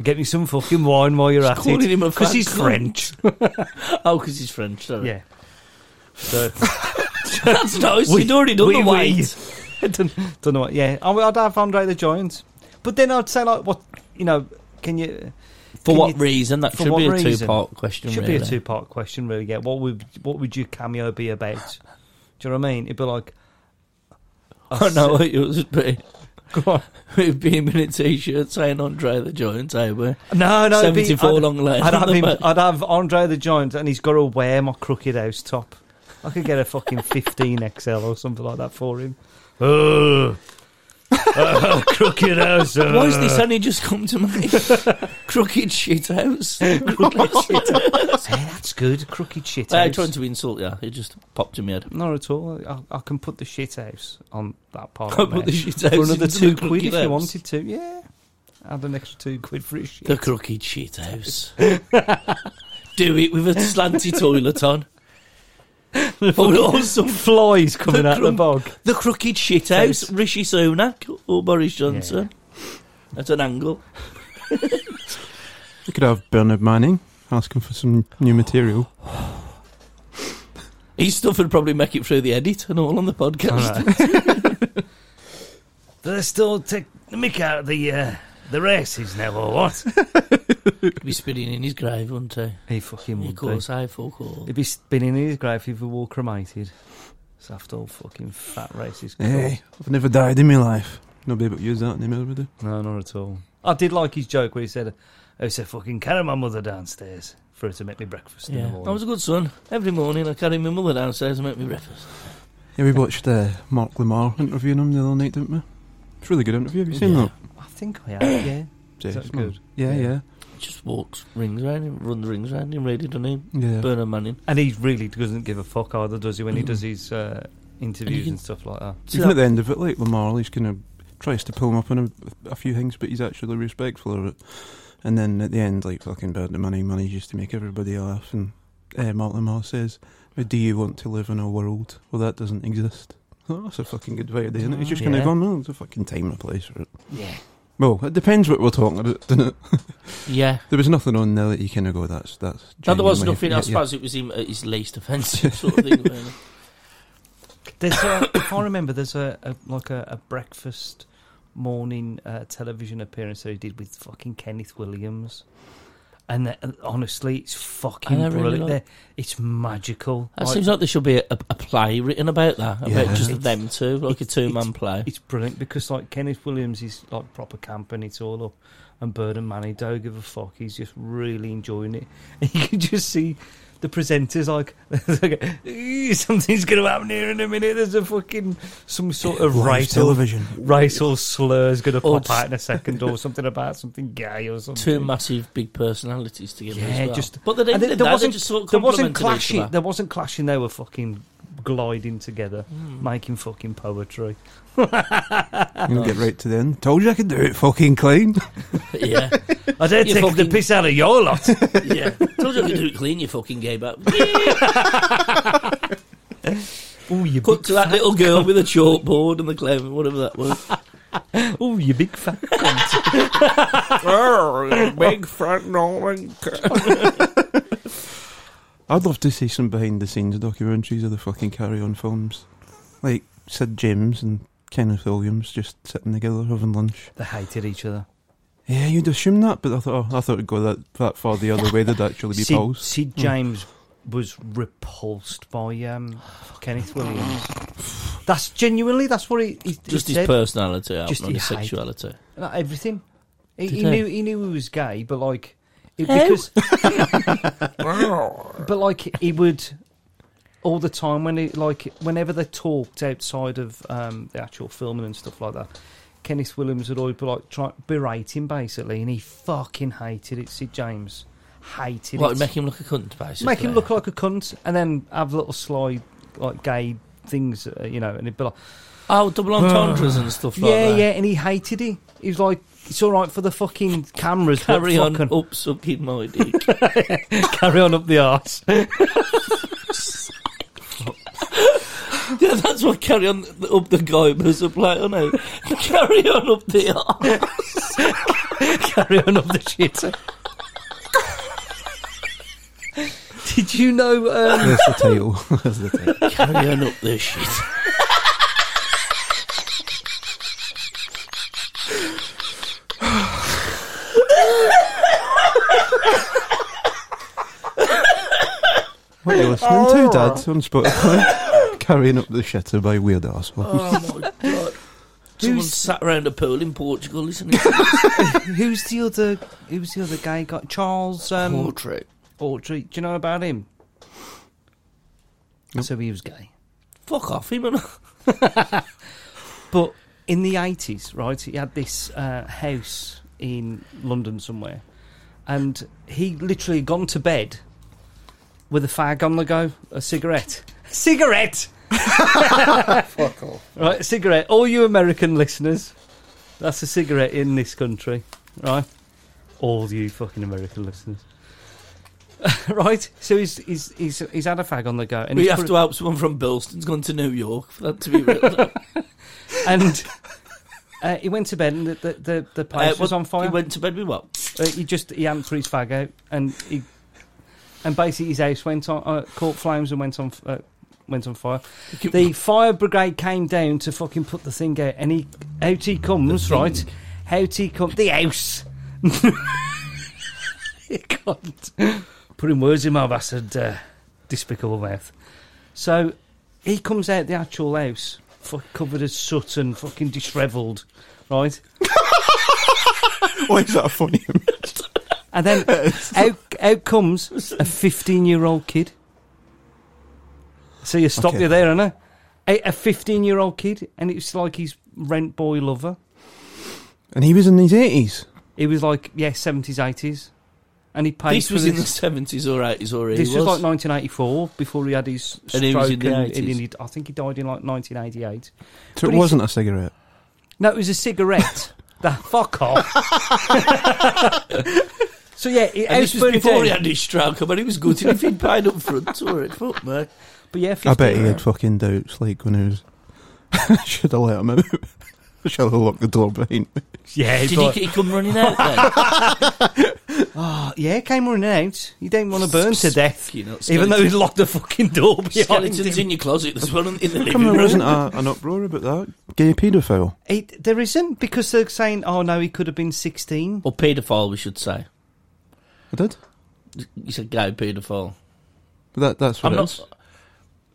Get me some fucking wine while you're at
Calling
it.
him a
Because
fat
he's
cunt. <laughs>
French.
Oh, because he's French. Sorry.
Yeah. So.
<laughs> that's nice.
We-
He'd already done
we-
the
we-
weight.
don't, <laughs> don't know what. Yeah, Oh, I would- I'd have Andre the Giant, but then I'd say like, what you know? Can you?
For
Can
what
you-
reason? That
for
should
what
be a
reason?
two-part question.
should
really.
be a two-part question, really. Yeah, what would what would your cameo be about? Do you know what I mean? It'd be like,
I
s- <laughs>
know it would be. <laughs> It'd be him in a t-shirt saying Andre the Giant over
No, no, it'd be-
74
I'd,
long lane.
I'd have
on the
him, <laughs>
back.
I'd have Andre the Giant, and he's got to wear my crooked house top. I could get a <laughs> fucking fifteen XL or something like that for him. Oh, <laughs> crooked house.
Why has
Uh,
this only just come to me?
<laughs>
Crooked shit house. Crooked shit house.
That's good. Crooked shit.
I
house.
tried Uh, to insult you. It just popped in my head.
Not at all. I, I can put the shit house on that part.
I put the shit house
for another
into the
two quid if
crooked
you
house.
wanted to. Yeah, add an extra two quid for his shit.
The
<laughs>
crooked shit house. Do it with a
<laughs>
slanty toilet on.
Oh,
Or awesome.
flies coming
The
out the
crump-
bog. <laughs>
The crooked shit house. Rishi Sunak or Boris Johnson. At an angle.
We could have Bernard Manning asking for some new material.
His stuff would probably make it through the edit and all on the podcast.
<laughs> They're still taking the mick out of the uh, the races now, or what?
He'd be spinning in his grave, wouldn't he?
he fucking
Of
would be.
course, I fuck all.
He'd be spinning in his grave if he were cremated. It's after all fucking fat racist.
Hey, I've never died in my life. Nobody but you's that name, everybody.
No, not at all. I did like his joke where he said, I used to fucking carry my mother downstairs for her to make me breakfast in the
Yeah,
morning.
I was a good son. Every morning I carry my mother downstairs and make me breakfast.
Yeah, we watched uh, Mark Lamar interviewing him the other night, didn't we? It's a really good interview. Have you seen
Yeah.
that?
I think I <coughs> have, yeah.
Jeez,
that
man.
good?
Yeah,
Yeah.
yeah.
Just walks rings round him, runs rings round him, really doesn't he?
Yeah.
Burn a man in.
And he really doesn't give a fuck either, does he, when he
Mm.
does his uh, interviews
can-
and stuff like that?
See
Even
that-
at the end of it, like Lamar, he's kind of tries to pull him up on a, a few things, but he's actually respectful of it. And then at the end, like fucking bird the money, money just to make everybody laugh. And uh, Mark Lamar says, "Do you want to live in a world where that doesn't exist?" <laughs> Oh, that's a fucking good way of doing it. He's just kind
Yeah.
of gone, "Oh, there's a fucking time and a place for it."
Yeah.
Well, it depends what we're talking about, doesn't it?
Yeah.
There was nothing on there that you kind of go, "That's that's."
No, there was
genuinely-
nothing.
yeah,
I
yeah.
suppose it was him at his least offensive sort of thing.
<laughs>
really.
There's a, if I remember, there's a, a like a, a breakfast morning uh, television appearance that he did with fucking Kenneth Williams, and that, and honestly, it's fucking
I really
brilliant.
like-
They're- It's magical.
That
Like,
seems like there should be a, a, a play written about that, about
Yeah.
just
It's-
them two, like a
it's-
two-man play.
it's brilliant because like Kenneth Williams is like proper camp and it's all up, and Bird and Manny don't give a fuck. He's just really enjoying it, <laughs> and you can just see. The presenters like, <laughs> like "Eee, something's going to happen here in a minute. There's a fucking some sort of
Live
right or
television.
race or slurs going to
Or
pop out in a second, or something about something gay
<laughs>
or something.
Two massive big personalities together. as
Yeah,
well.
just-
but they didn't.
And
There,
there wasn't-
just sort of
there wasn't
complemented each
clashing.
other.
There wasn't clashing. They were fucking gliding together,
Hmm.
making fucking poetry.
You know, get right to the end. Told you I could do it, fucking clean. <laughs>
<laughs>
yeah,
I don't
You
take the
fucking-
piss out of
<laughs>
your lot.
yeah. Told you I could do it clean. You fucking gay <laughs> back.
oh, you
Cut to that little girl with a chalkboard and the clever whatever that was.
oh, you big fat. <laughs>
big fat Norman. I'd love to see some behind the scenes documentaries of the fucking carry on films. Like Sid James and Kenneth Williams just sitting together having lunch.
They hated each other.
Yeah, you'd assume that, but I thought oh, I thought it'd go that, that far the other way. They'd actually be
Sid,
pals.
Sid
Hmm.
James was repulsed by um, Kenneth Williams. That's genuinely. That's what he, he, he
Just his
said.
personality, out,
Just
not
he
his
hate.
sexuality.
Like everything. He,
Did
he
they?
knew he knew he was gay, but like it,
Oh.
because but like he would all the time when he like whenever they talked outside of um, the actual filming and stuff like that. Kenneth Williams would always be like try berate him basically, and he fucking hated it. Sid James hated
Like
it.
make him look a cunt, basically.
Make him look like a cunt, and then have little sly like gay things, uh, you know, and he'd be like.
oh double
Ah.
entendres and stuff like
Yeah,
that.
yeah, and he hated it. He was like, it's all right for the fucking cameras, but
Carry on
fucking-
up sucking my dick.
Oh, carry on up the arse.
<laughs>
<laughs>
Yeah, that's what carry on th- up the guy was applying on it. <laughs> Carry on up the arse.
carry on up the shitter. Did you know? <laughs> Um,
That's the title. That's the title.
Carry on up the shit.
What are you listening to,
Oh.
Dad, on Spotify? Carrying up the shitter by weird assholes.
Oh my god. <laughs> Someone
Who's-
sat around a pool in Portugal listening to
who's the other? Who's the other guy? Got Charles
the
um,
portrait.
Autry. Do you know about him?
Nope.
So he was gay.
<laughs> Fuck off him and
But in the eighties, right, he had this uh, house in London somewhere, and he literally gone to bed with a fag on the go, a cigarette, cigarette. Fuck off. Right, a cigarette. All you American listeners, that's a cigarette in this country, right? All you fucking American listeners. <laughs> right, so he's, he's he's he's had a fag on the go, and
We
he's
have
put-
to help someone from Bilston's gone to New York for that to be
<laughs>
real. Uh,
and uh, he went to bed, and the the,
Uh,
the, the place was
what-
on fire.
He went to bed with what?
Uh, he just he hadn't threw his fag out, and he and basically his house went on uh, caught flames and went on f- uh, went on fire.
Keep-
The fire brigade came down to fucking put the thing out, and he out he comes
thing.
right. Out he comes the house. <laughs> God, putting words in my bastard uh, despicable mouth. So he comes out the actual house, fuck, covered as soot and fucking dishevelled, right?
<laughs> Why is that funny?
And then
<laughs>
out, out comes a 15 year old kid. So you stop
Okay.
you there, Anna. A, a 15 year old kid, and it's like his rent boy lover.
and he was in his eighties.
He was like, yeah, 70s, 80s. And he paid
this
for
was
this.
in the seventies or eighties, or he
this was.
was.
like 1984 before he had his stroke.
And he was in the
and- and
80s.
he- I think he died in like 1988.
So
But
it
he's-
wasn't a cigarette.
No, it was
<laughs>
a cigarette. the fuck off. so yeah, it,
and this
house
was
burned
before
down.
he had his stroke, but he <laughs> was gutted if he'd paid up front for it. Fuck me.
But yeah,
I bet he
15
had fucking doubts, like when he was. <laughs> should I let him out? <laughs> Should I lock the door behind me?
Yeah,
Did
it's
he,
like-
he come running out
<laughs>
then?
Oh, yeah, it came running out. You didn't want to burn to death.
Fucking hell,
Even though
skeleton-
he'd locked the fucking door behind
skeletons
him.
in your closet, there's one in the
Come
living
on, there
room.
wasn't a, an uproar about that. Gay paedophile.
It, there isn't, because they're saying, oh no, he could have been 16.
Or paedophile, we should say.
I did.
He's a gay paedophile.
But that, that's
I'm
what it
not.
is.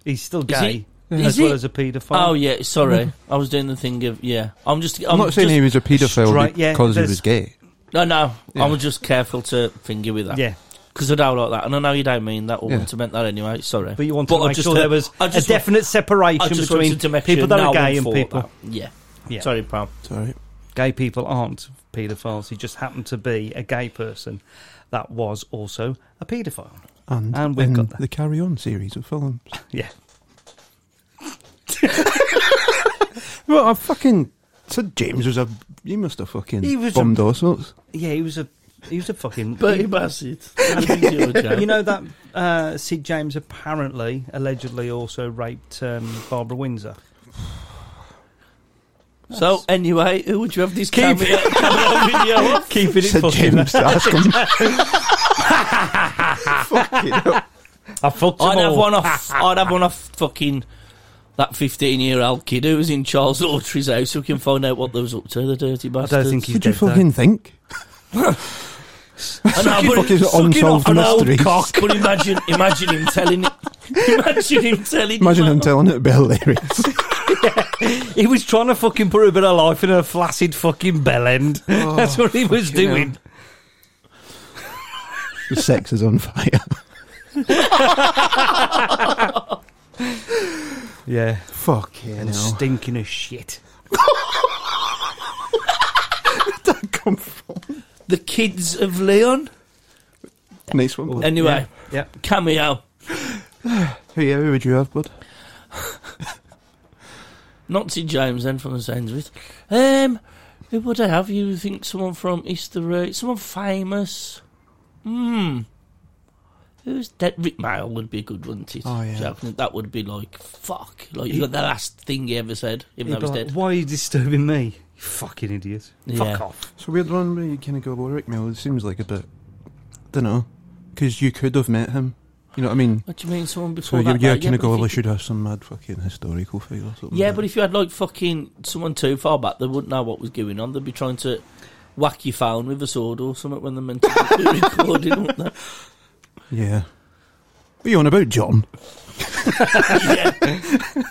He's still
Is
gay.
he-
As
is
well
he?
as a paedophile.
Oh yeah, sorry.
Mm-hmm.
I was doing the thing of yeah. I'm just. I'm,
I'm, not saying
just,
he was a paedophile
Straight- yeah,
because
there's-
he was gay.
No, no.
Yeah.
I was just careful to finger with that.
yeah.
Because I don't like that, and I know you don't mean that. or
Yeah.
want to meant that anyway. Sorry.
But you wanted
But
to
I
make
just
sure
heard-
there was
I
a
just I
definite separation
just
between
wanted to make
people
sure
that
no
are gay
one
and
thought
people.
that. Yeah.
Yeah.
Sorry, pal.
Sorry.
Gay people aren't paedophiles. He just happened to be a gay person that was also a paedophile.
And,
And we've
in
got that.
the Carry On series of films.
Yeah.
<laughs> Well, I fucking said James was a. You must have fucking
He was a-
bombed all sorts.
Yeah, he was a. He was a fucking.
Bertie Bassett. you
<laughs> you know that uh, Sid James apparently, allegedly, also raped um, Barbara Windsor.
So anyway, who would you have this
Keep-
cameo, <laughs> cameo video of?
Keeping
Said James to ask him. Fucking hell.
<laughs> I fucked
I'd
them
have
all.
one off. I'd have one off. Fucking that fifteen-year-old kid who was in Charles Autry's house, who can find out what they was up to. The dirty
I
bastards.
don't think he's
Would you
dead.
fucking think?
I know, but-
Fucking unsolved
an old
mysteries.
cock. But imagine, imagine him telling it. Imagine him telling.
Imagine
him <laughs>
him telling it about hilarious.
though. he was trying to fucking put a bit of life in a flaccid fucking bell end. <laughs> That's what he was
fucking
doing.
the sex is on fire.
Yeah,
Fucking
and
hell.
stinking as shit.
<laughs> Come from.
the kids of Leon.
Nice one. bud.
Anyway,
Yeah.
cameo.
Who, yeah, who would you have, bud?
Nazi James then from the Sainsbury's. Um, who would I have? You think someone from Easter Egg? Someone famous? Hmm. Who's that? Rick Mail would be a good one. To
Oh, yeah.
That would be like fuck. Like you got the last thing he ever said, even
He'd
though
be
he's
like,
dead.
Why are you disturbing me? You fucking idiot.
Yeah.
Fuck off.
It's a weird one where you kind of go, well, Rick Mill, it seems like a bit. Don't know. Because you could have met him. You know what I mean?
What do you mean? Someone
So
before
you're,
that?
you're
like,
kind
yeah,
of go,
but
well, I
if you-
should have some mad fucking historical figure or something.
Yeah,
like
but
that.
if you had like fucking someone too far back, they wouldn't know what was going on. They'd be trying to whack your phone with a sword or something when they're meant to be <laughs> recording. wouldn't they?
Yeah. What are you on about, John?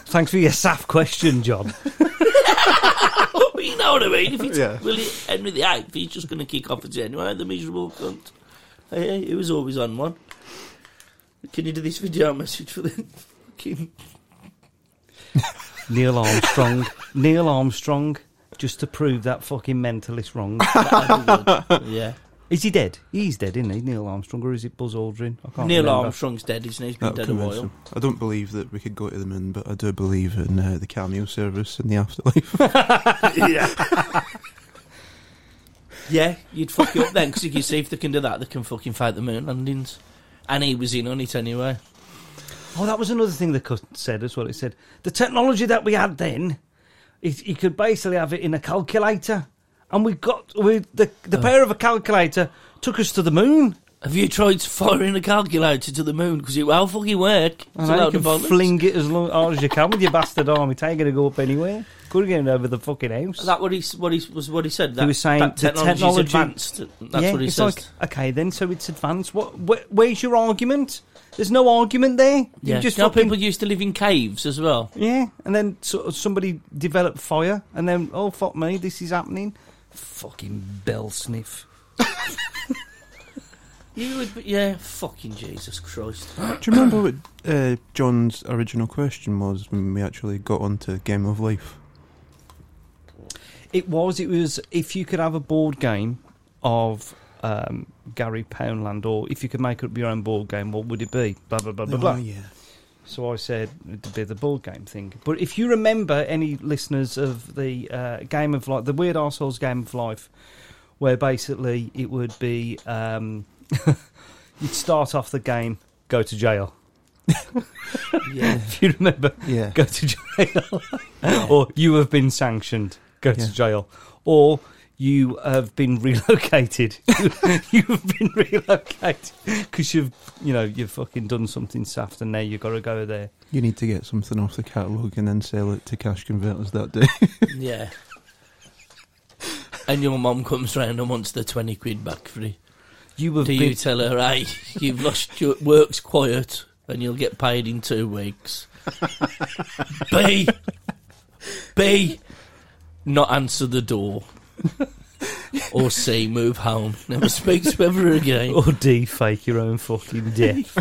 Thanks for your SAF question, John. <laughs>
But you know what I mean? If it's
Yeah.
Willie Henry the Eighth, he's just going to kick off at you anyway. The miserable cunt. Hey, hey, he was always on one. Can you do this video message for the <laughs>
<laughs>
fucking?
Neil Armstrong. Neil Armstrong. Just to prove that fucking mentalist <laughs> wrong.
yeah,
Is he dead? He's dead, isn't he? Neil Armstrong, or is it Buzz Aldrin? I can't
Neil
remember.
Armstrong's dead, isn't he? He's been
That'll
dead a
convince
while.
them. I don't believe that we could go to the moon, but I do believe in uh, the cameo service in
<laughs>
the afterlife.
yeah. yeah, you'd fuck it up then because you can see if they can do that, they can fucking fight the moon landings. And he was in on it anyway.
Oh, that was another thing the cut said as well. It said the technology that we had then, it, you could basically have it in a
Oh.
calculator, and we got we the the power of a calculator took us to the moon.
Have you tried firing a calculator to the moon? Because it will fucking work. It's
I know,
a
you
load
can
of bollocks.
fling it as long, hard as you can with your bastard arm. It ain't going to go up anywhere. Couldn't get it over the fucking house.
Is that what he s- what he s- was what he said? That,
was saying
that
the
technology's
technology-
advanced. That's
yeah,
what he
it's
says.
like, okay, then, so it's advanced. What? Wh- where's your argument? There's no argument there. You
yeah,
just
you know,
fucking-
people used to live in caves as well.
Yeah, and then so, somebody developed fire, and then, oh, fuck me, this is happening. Fucking bell sniff.
You would, be, yeah, fucking Jesus Christ.
Do you remember what uh, John's original question was when we actually got onto Game of Life?
It was. It was. If you could have a board game of um, Gary Poundland, or if you could make up your own board game, what would it be? Blah blah blah blah blah.
Oh, yeah.
So I said it'd be the board game thing. But if you remember, any listeners of the uh, game of life, the Weird Arseholes game of life, where basically it would be um, <laughs> you'd start off the game, go to jail.
<laughs> Yeah.
If you remember, <laughs>
Yeah.
go to jail. or you have been sanctioned, go
Yeah.
to jail. Or you have been relocated. <laughs> you've been relocated because you've, you know, you've fucking done something saft and now you've got to go there.
You need to get something off the catalogue and then sell it to cash converters
<laughs>
that day.
<laughs>
Yeah. And your mum comes round and wants the 20 quid back free.
You have
Do
been.
you tell her, hey, you've lost your work's quiet and you'll get paid in two
<laughs>
weeks? B. B. Not answer the door. or C. Move home. Never speak to ever
Oh,
again.
or D, fake your own fucking death.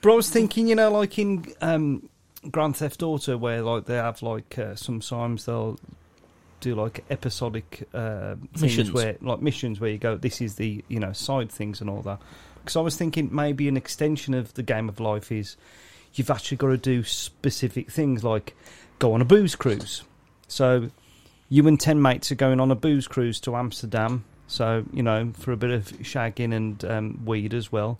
Bro, I was thinking, you know, like in um, Grand Theft Auto, where like they have like uh, sometimes they'll do like episodic uh, things
Missions.
where like missions where you go, this is the you know side things and all that. Because I was thinking maybe an extension of the game of life is you've actually got to do specific things like go on a booze cruise. So you and 10 mates are going on a booze cruise to Amsterdam. So, you know, for a bit of shagging and um, weed as well.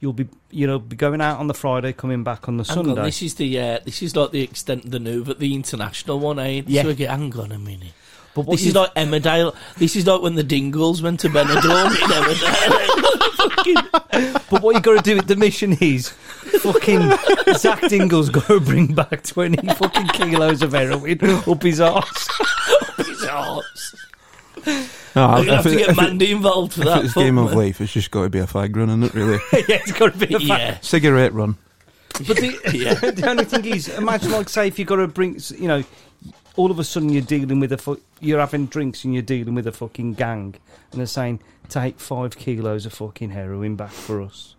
You'll be, you know, be going out on the Friday, coming back on the
Hang
Sunday.
on, this is the uh, this is like the extent of the new, but the international one, eh?
Yeah.
So I get, hang on a minute.
but what
this is
you-
like Emmerdale. This is like when the Dingles went to Benidorm in Emmerdale. <laughs>
but what you got to do with the mission is fucking Zach Dingle's got to bring back 20 fucking kilos of heroin up his arse. <laughs>
It's arse.
No,
I'm gonna
if
have to
it-
get
if it-
Mandy involved for <laughs> that.
If it's
fuck
Game of
me.
Life, it's just got to be a fag run, isn't
<laughs>
it, really?
yeah, it's got to be a fact.
Yeah,
Cigarette run.
<laughs> But the,
Yeah.
the only thing is, imagine like say if you got to bring, you know, all of a sudden you're dealing with a fu- you're having drinks and you're dealing with a fucking gang, and they're saying take five kilos of fucking heroin back for us.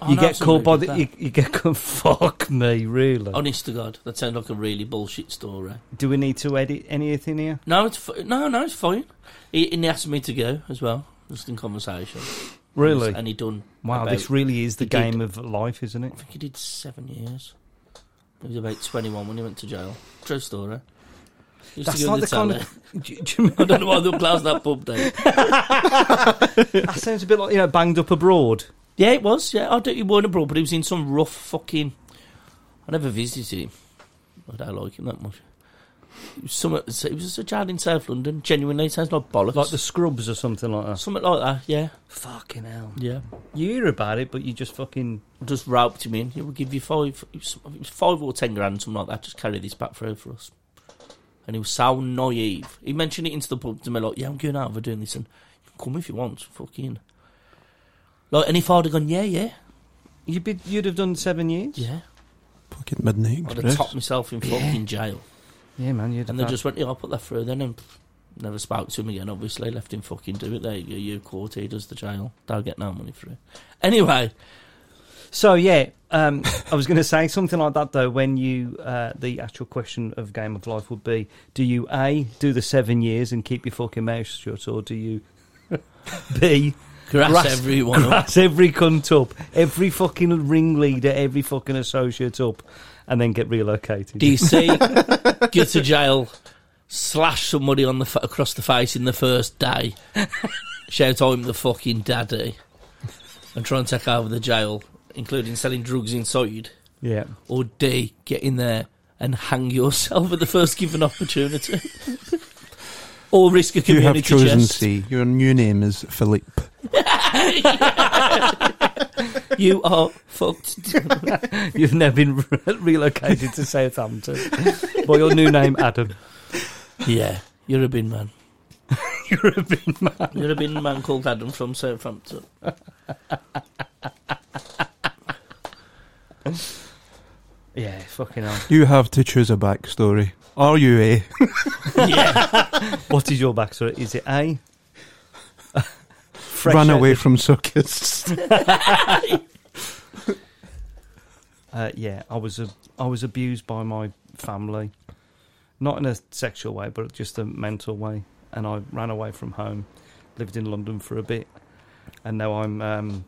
I
you
know
get
Oh, somebody
caught by
did
the
that. Oh.
you, you get caught. <laughs> Fuck me, really.
Honest to God, that sounds like a really bullshit story.
Do we need to edit anything here?
No, it's fi- no, no, it's fine. He, and he asked me to go as well, just in conversation.
Really?
And he done.
Wow,
about-
this really is the
he did-
game of life, isn't it?
I think he did seven years. He was about twenty-one when he went to jail. True story. He used to
That's
go on
like the kind
telly.
of. <laughs> Do you- do you
<laughs> I don't know why they'll close that pub down.
remember- that sounds a bit like you know, banged up abroad.
Yeah, it was. Yeah, I don't. He weren't abroad, but he was in some rough fucking. I never visited him. I don't like him that much. It was some. It was a child in South London. Genuinely, it sounds like bollocks.
Like the Scrubs or something like that.
something like that. Yeah,
Fucking hell.
yeah.
You hear about it, but you just fucking
Just roped him in. He would give you five. It was it was five or ten grand, something like that. Just carry this back through for us. And he was so naive. He mentioned it into the pub to me like, "Yeah, I'm going out. We're doing this, and you can come if you want. Fucking." Like, and if I'd have gone, yeah, yeah,
You'd, be, you'd have done seven years.
yeah,
Fucking Midnight
I'd have
Express.
topped myself in
Yeah.
fucking jail.
Yeah, man. You'd
And they
have
just went, yeah, I'll put that through then and never spoke to him again, obviously. Left him fucking do it. There you go, you caught, he does the jail. Don't get no money for it. Anyway,
So yeah, um, I was going to say something like that though. When you uh, the actual question of game of life would be: Do you a do the seven years and keep your fucking mouth shut, or do you <laughs> b
grass,
Grass-
everyone <laughs> up.
grass every cunt up, every fucking ringleader, every fucking associate up, and then get
<laughs>
relocated?
DC, get to jail, slash somebody on the fa- across the face in the first <laughs> day, shout, I'm the fucking daddy, and try and take over the jail, including selling drugs inside.
yeah. <laughs>
Or D, <laughs> get in there and hang yourself at the first given opportunity. or risk a
You have
community
chosen
chest.
C. Your new name is Philippe.
<laughs> You are fucked.
You've now been re- relocated
<laughs>
to Southampton by your new name, Adam.
yeah, you're a bin man.
<laughs> You're a big man.
You're a bin man called Adam from Southampton.
Yeah, fucking hell.
You have to choose a backstory. Are you A?
<laughs> <laughs> Yeah,
What is your backstory? Is it A? Fresh
Run
out
away
the-
from circus.
<laughs>
Uh, yeah, I was a, I was abused by my family, not in a sexual way, but just a mental way. And I ran away from home, lived in London for a bit, and now I'm. Um,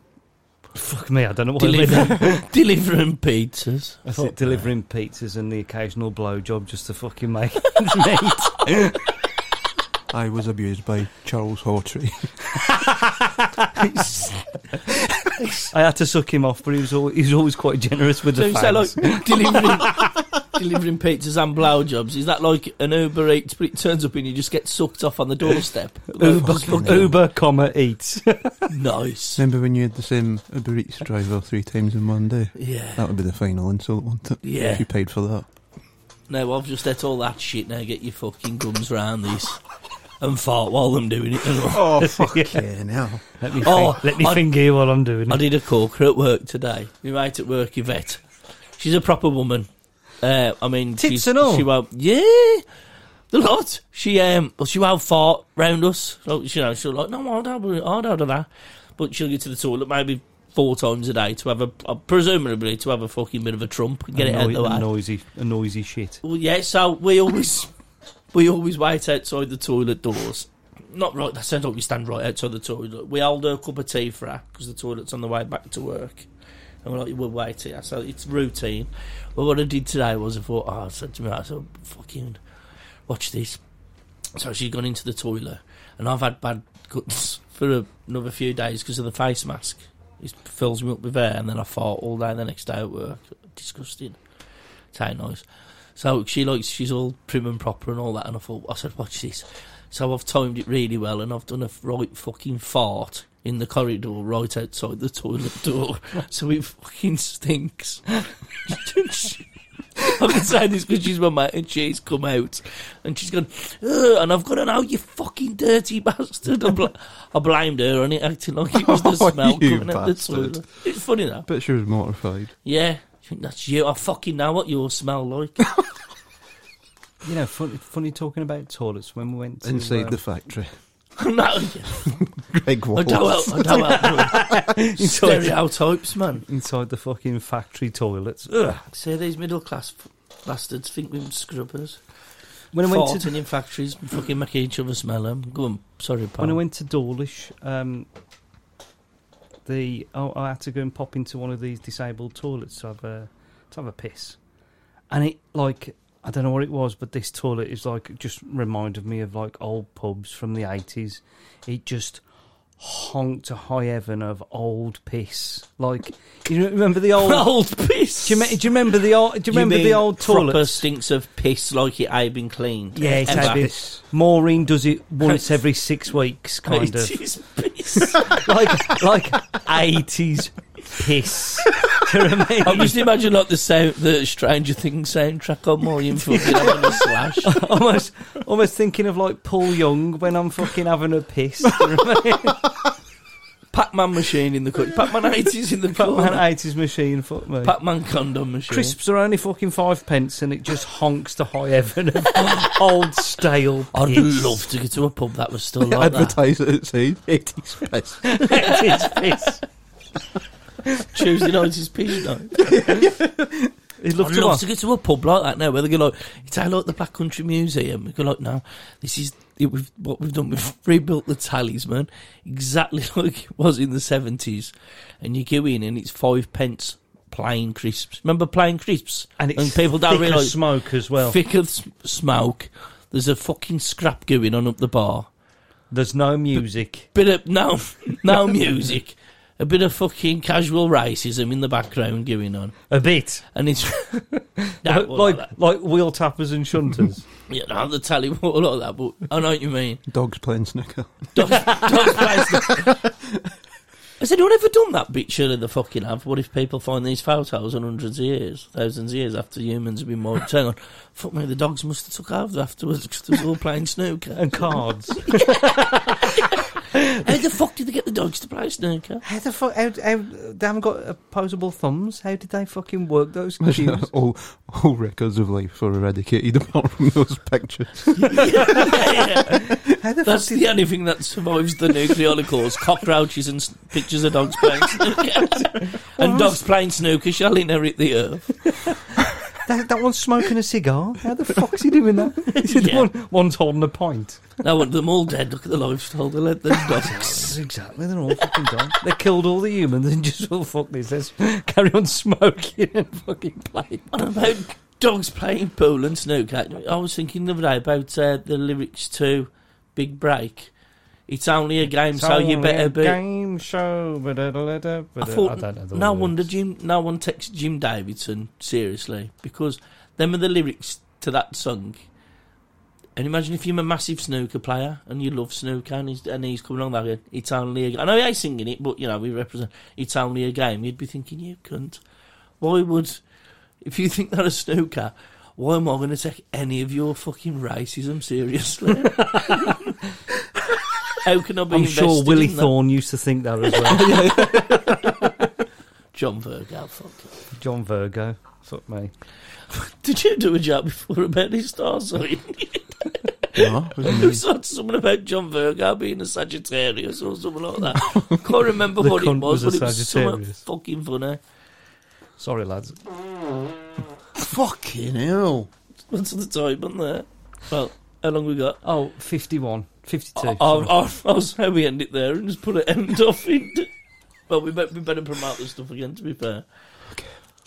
fuck me, I don't know what I live in.
delivering, delivering <laughs> pizzas.
<laughs> That's it, delivering pizzas and the occasional blowjob just to fucking make <laughs> ends meet.
I was abused by Charles Hawtrey.
I had to suck him off, but he was always, he was always quite generous with
So
the
is that <laughs>
fans.
like delivering, delivering pizzas and blowjobs? Is that like an Uber Eats, but it turns up and you just get sucked off on the <laughs> doorstep?
Uber, Uber, comma eat.
<laughs> Nice.
Remember when you had the same Uber Eats driver three times in one day?
Yeah.
That would be the final insult, wouldn't it?
Yeah.
If you paid for that.
No, I've just ate all that shit. Now get your fucking gums round these and fart while I'm doing it. <laughs> and all.
Oh, fuck
Yeah.
yeah, now.
Let me,
Oh,
think, let me
I-
finger you while I'm doing
I
it.
did a corker at work today. My mate at work, Yvette. She's a proper woman. Uh, I mean,
Tits
she's,
and all?
She won't. Yeah, the lot. She um, well, she won't fart round us. So, you know, she'll like, no, I don't, I don't do that. But she'll get to the toilet maybe four times a day to have a, uh, presumably to have a fucking bit of a trump and get
A
it out
noi-
the
a
way.
noisy, a noisy shit.
Well, yeah, so we always we always wait outside the toilet doors. Not right. That sounds like we stand right outside the toilet. We hold a cup of tea for her because the toilet's on the way back to work, and we're like, we'll wait here. So it's routine. Well, what I did today was I thought, oh, I said to me, I said, fucking watch this. So she's gone into the toilet, and I've had bad guts for a- another few days because of the face mask. It fills me up with air, and then I fart all day the next day at work. Disgusting. It's ain't nice. So she likes, she's all prim and proper and all that. And I thought, I said, watch this. So I've timed it really well, and I've done a right fucking fart in the corridor right outside the toilet door. <laughs> so it fucking stinks. <laughs> I can say this because she's my mate, and she's come out, and she's gone, Ugh, and I've got to know you fucking dirty bastard. I, bl- I blamed her on it, acting like it was the
<laughs> Oh,
smell
you
coming out the
bastard.
toilet. It's funny though.
Bet she was mortified.
Yeah, I think that's you. I fucking know what you smell like.
You know, funny, funny talking about toilets when we went to,
Inside
um,
the factory. <laughs>
<laughs>
no,
Greg
I
Wallace.
don't help. I don't help.
<laughs>
with
Sorry.
Stereotypes, man.
inside the fucking factory toilets.
See these middle class f- bastards think we're scrubbers.
When I went to
Farting in factories, and fucking making each other smell them. Go on, sorry, pal.
when
<laughs>
I went to Dawlish, um, the oh, I had to go and pop into one of these disabled toilets to have a to have a piss, and it like I don't know what it was, but this toilet is like just reminded me of like old pubs from the eighties. It just honked to high heaven of old piss. Like you remember the old.
<laughs> old piss.
Do you, me- do you remember the old? Do you, remember the
mean
old
Proper
toilets?
stinks of piss like it ain't been cleaned.
Yeah, it's
Ever. <laughs>
had been- Maureen does it once every six weeks, kind of.
It is piss. <laughs>
like like eighties piss. Do you know what I mean?
I just imagine like the sound, the Stranger Things soundtrack on more in fucking having a slash.
almost almost thinking of like Paul Young when I'm fucking having a piss. Do you know what <laughs> I mean?
Pac-Man machine in the corner. Pac-Man 80s in the
Batman
corner.
eighties machine, fuck me.
Pac-Man condom machine.
Crisps are only fucking five pence, and it just honks to high heaven of <laughs> old stale.
I'd
piss.
love
<laughs>
to get to a pub that was still
They
like that. <laughs>
<laughs> advertise it outside. 80s
Eighties
piss.
piss.
Tuesday night is peas
<laughs>
night.
He'd love
I'd
to
love
one.
to get to a pub like that now where they go like, it's like the Black Country Museum. We go like, no, this is it, we've, what we've done. We've <laughs> rebuilt the talisman exactly <laughs> like it was in the 70s. And you go in and it's five pence plain crisps. Remember plain crisps?
And it's
And people don't
thick as
realise-
smoke as well.
Thick of s- smoke. There's a fucking scrap going on up the bar.
There's no music.
bit of no <laughs> no music, a bit of fucking casual racism in the background going on,
<laughs> A bit.
and it's No,
like,
it wasn't
like,
like
wheel tappers and <laughs> shunters.
Yeah, no, the tally wall like that, but I know what you mean.
Dogs playing snooker.
Dog- dog plays
<laughs>
the- Has anyone ever done that bit? Surely they fucking have. What if people find these photos in hundreds of years, thousands of years after humans have been wiped? Hang on. Fuck me, the dogs must have took over afterwards because they were all playing snooker.
<laughs> and cards.
How the fuck did they get the dogs to play
<laughs>
snooker?
how the fuck? How, how, they haven't got opposable thumbs. How did they fucking work those cues?
all, all records of life are eradicated <laughs> apart from those pictures.
How the fuck
That's
did
the only thing that survives the nuclear <laughs> holocaust. Cockroaches and s- pictures of dogs playing snooker. <laughs> and dogs playing snooker shall inherit the earth.
that, that one's smoking a cigar? How the fuck's he
<laughs>
doing that? Is it the
Yeah.
one, one's holding a pint?
No want them all dead. Look at the lifestyle they <laughs> led them dogs.
Exactly, they're all fucking done. <laughs> They killed all the humans and just all fuck this. Let's carry on smoking and fucking playing.
What about dogs playing pool and snooker? I was thinking the other day about uh, the lyrics to Big Break. It's only a game, so you better be.
Game show. ba-da-da-da-da,
I
ba-da-
thought
don't know the
no
words.
wonder Jim, no one takes Jim Davidson seriously because them are the lyrics to that song. And imagine if you're a massive snooker player and you love snooker and he's, and he's coming along that going, it's only a game. I know he ain't singing it, but you know, we represent, it's only a game. You'd be thinking, you cunt. Why would, if you think they're a snooker, why am I going to take any of your fucking racism
<laughs>
seriously? How can I be
I'm sure
invested
Willie
in that?
Thorne used to think that as
<laughs>
well.
John Virgo, fuck
John Virgo. Fuck me.
Did you do a joke before about his star
<laughs>
sign?
<laughs> No,
You said something about John Virgo being a Sagittarius or something like
<laughs>
that. Can't remember
The
what it
cunt
was,
was a
but it was something
Sagittarius.
fucking funny.
Sorry, lads.
Fucking hell.
What's the time on there? Well, how long we got?
Oh, 51. 52.
I, I, I was how we end it there and just put an end off it. Well, we, be- we better promote this stuff again, to be fair.
Do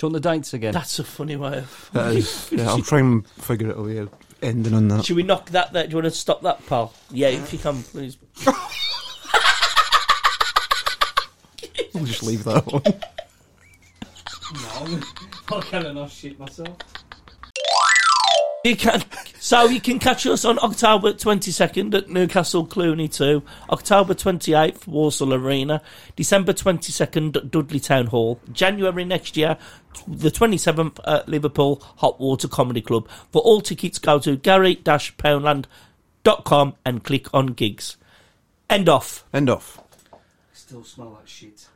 you want the dates again?
That's a funny way of.
That
<laughs>
is, yeah, I'll try and figure out a way of ending on that.
Should we knock that there? Do you want to stop that, pal? Yeah, if you can, please.
We'll just leave that one.
I can enough shit myself.
You can, so you can catch us on October 22nd at Newcastle Clooney 2, October 28th, Warsaw Arena, December 22nd at Dudley Town Hall, January next year, t- the 27th at Liverpool Hot Water Comedy Club. For all tickets, go to gary-poundland.com and click on gigs. End off.
End off.
Still smell like shit.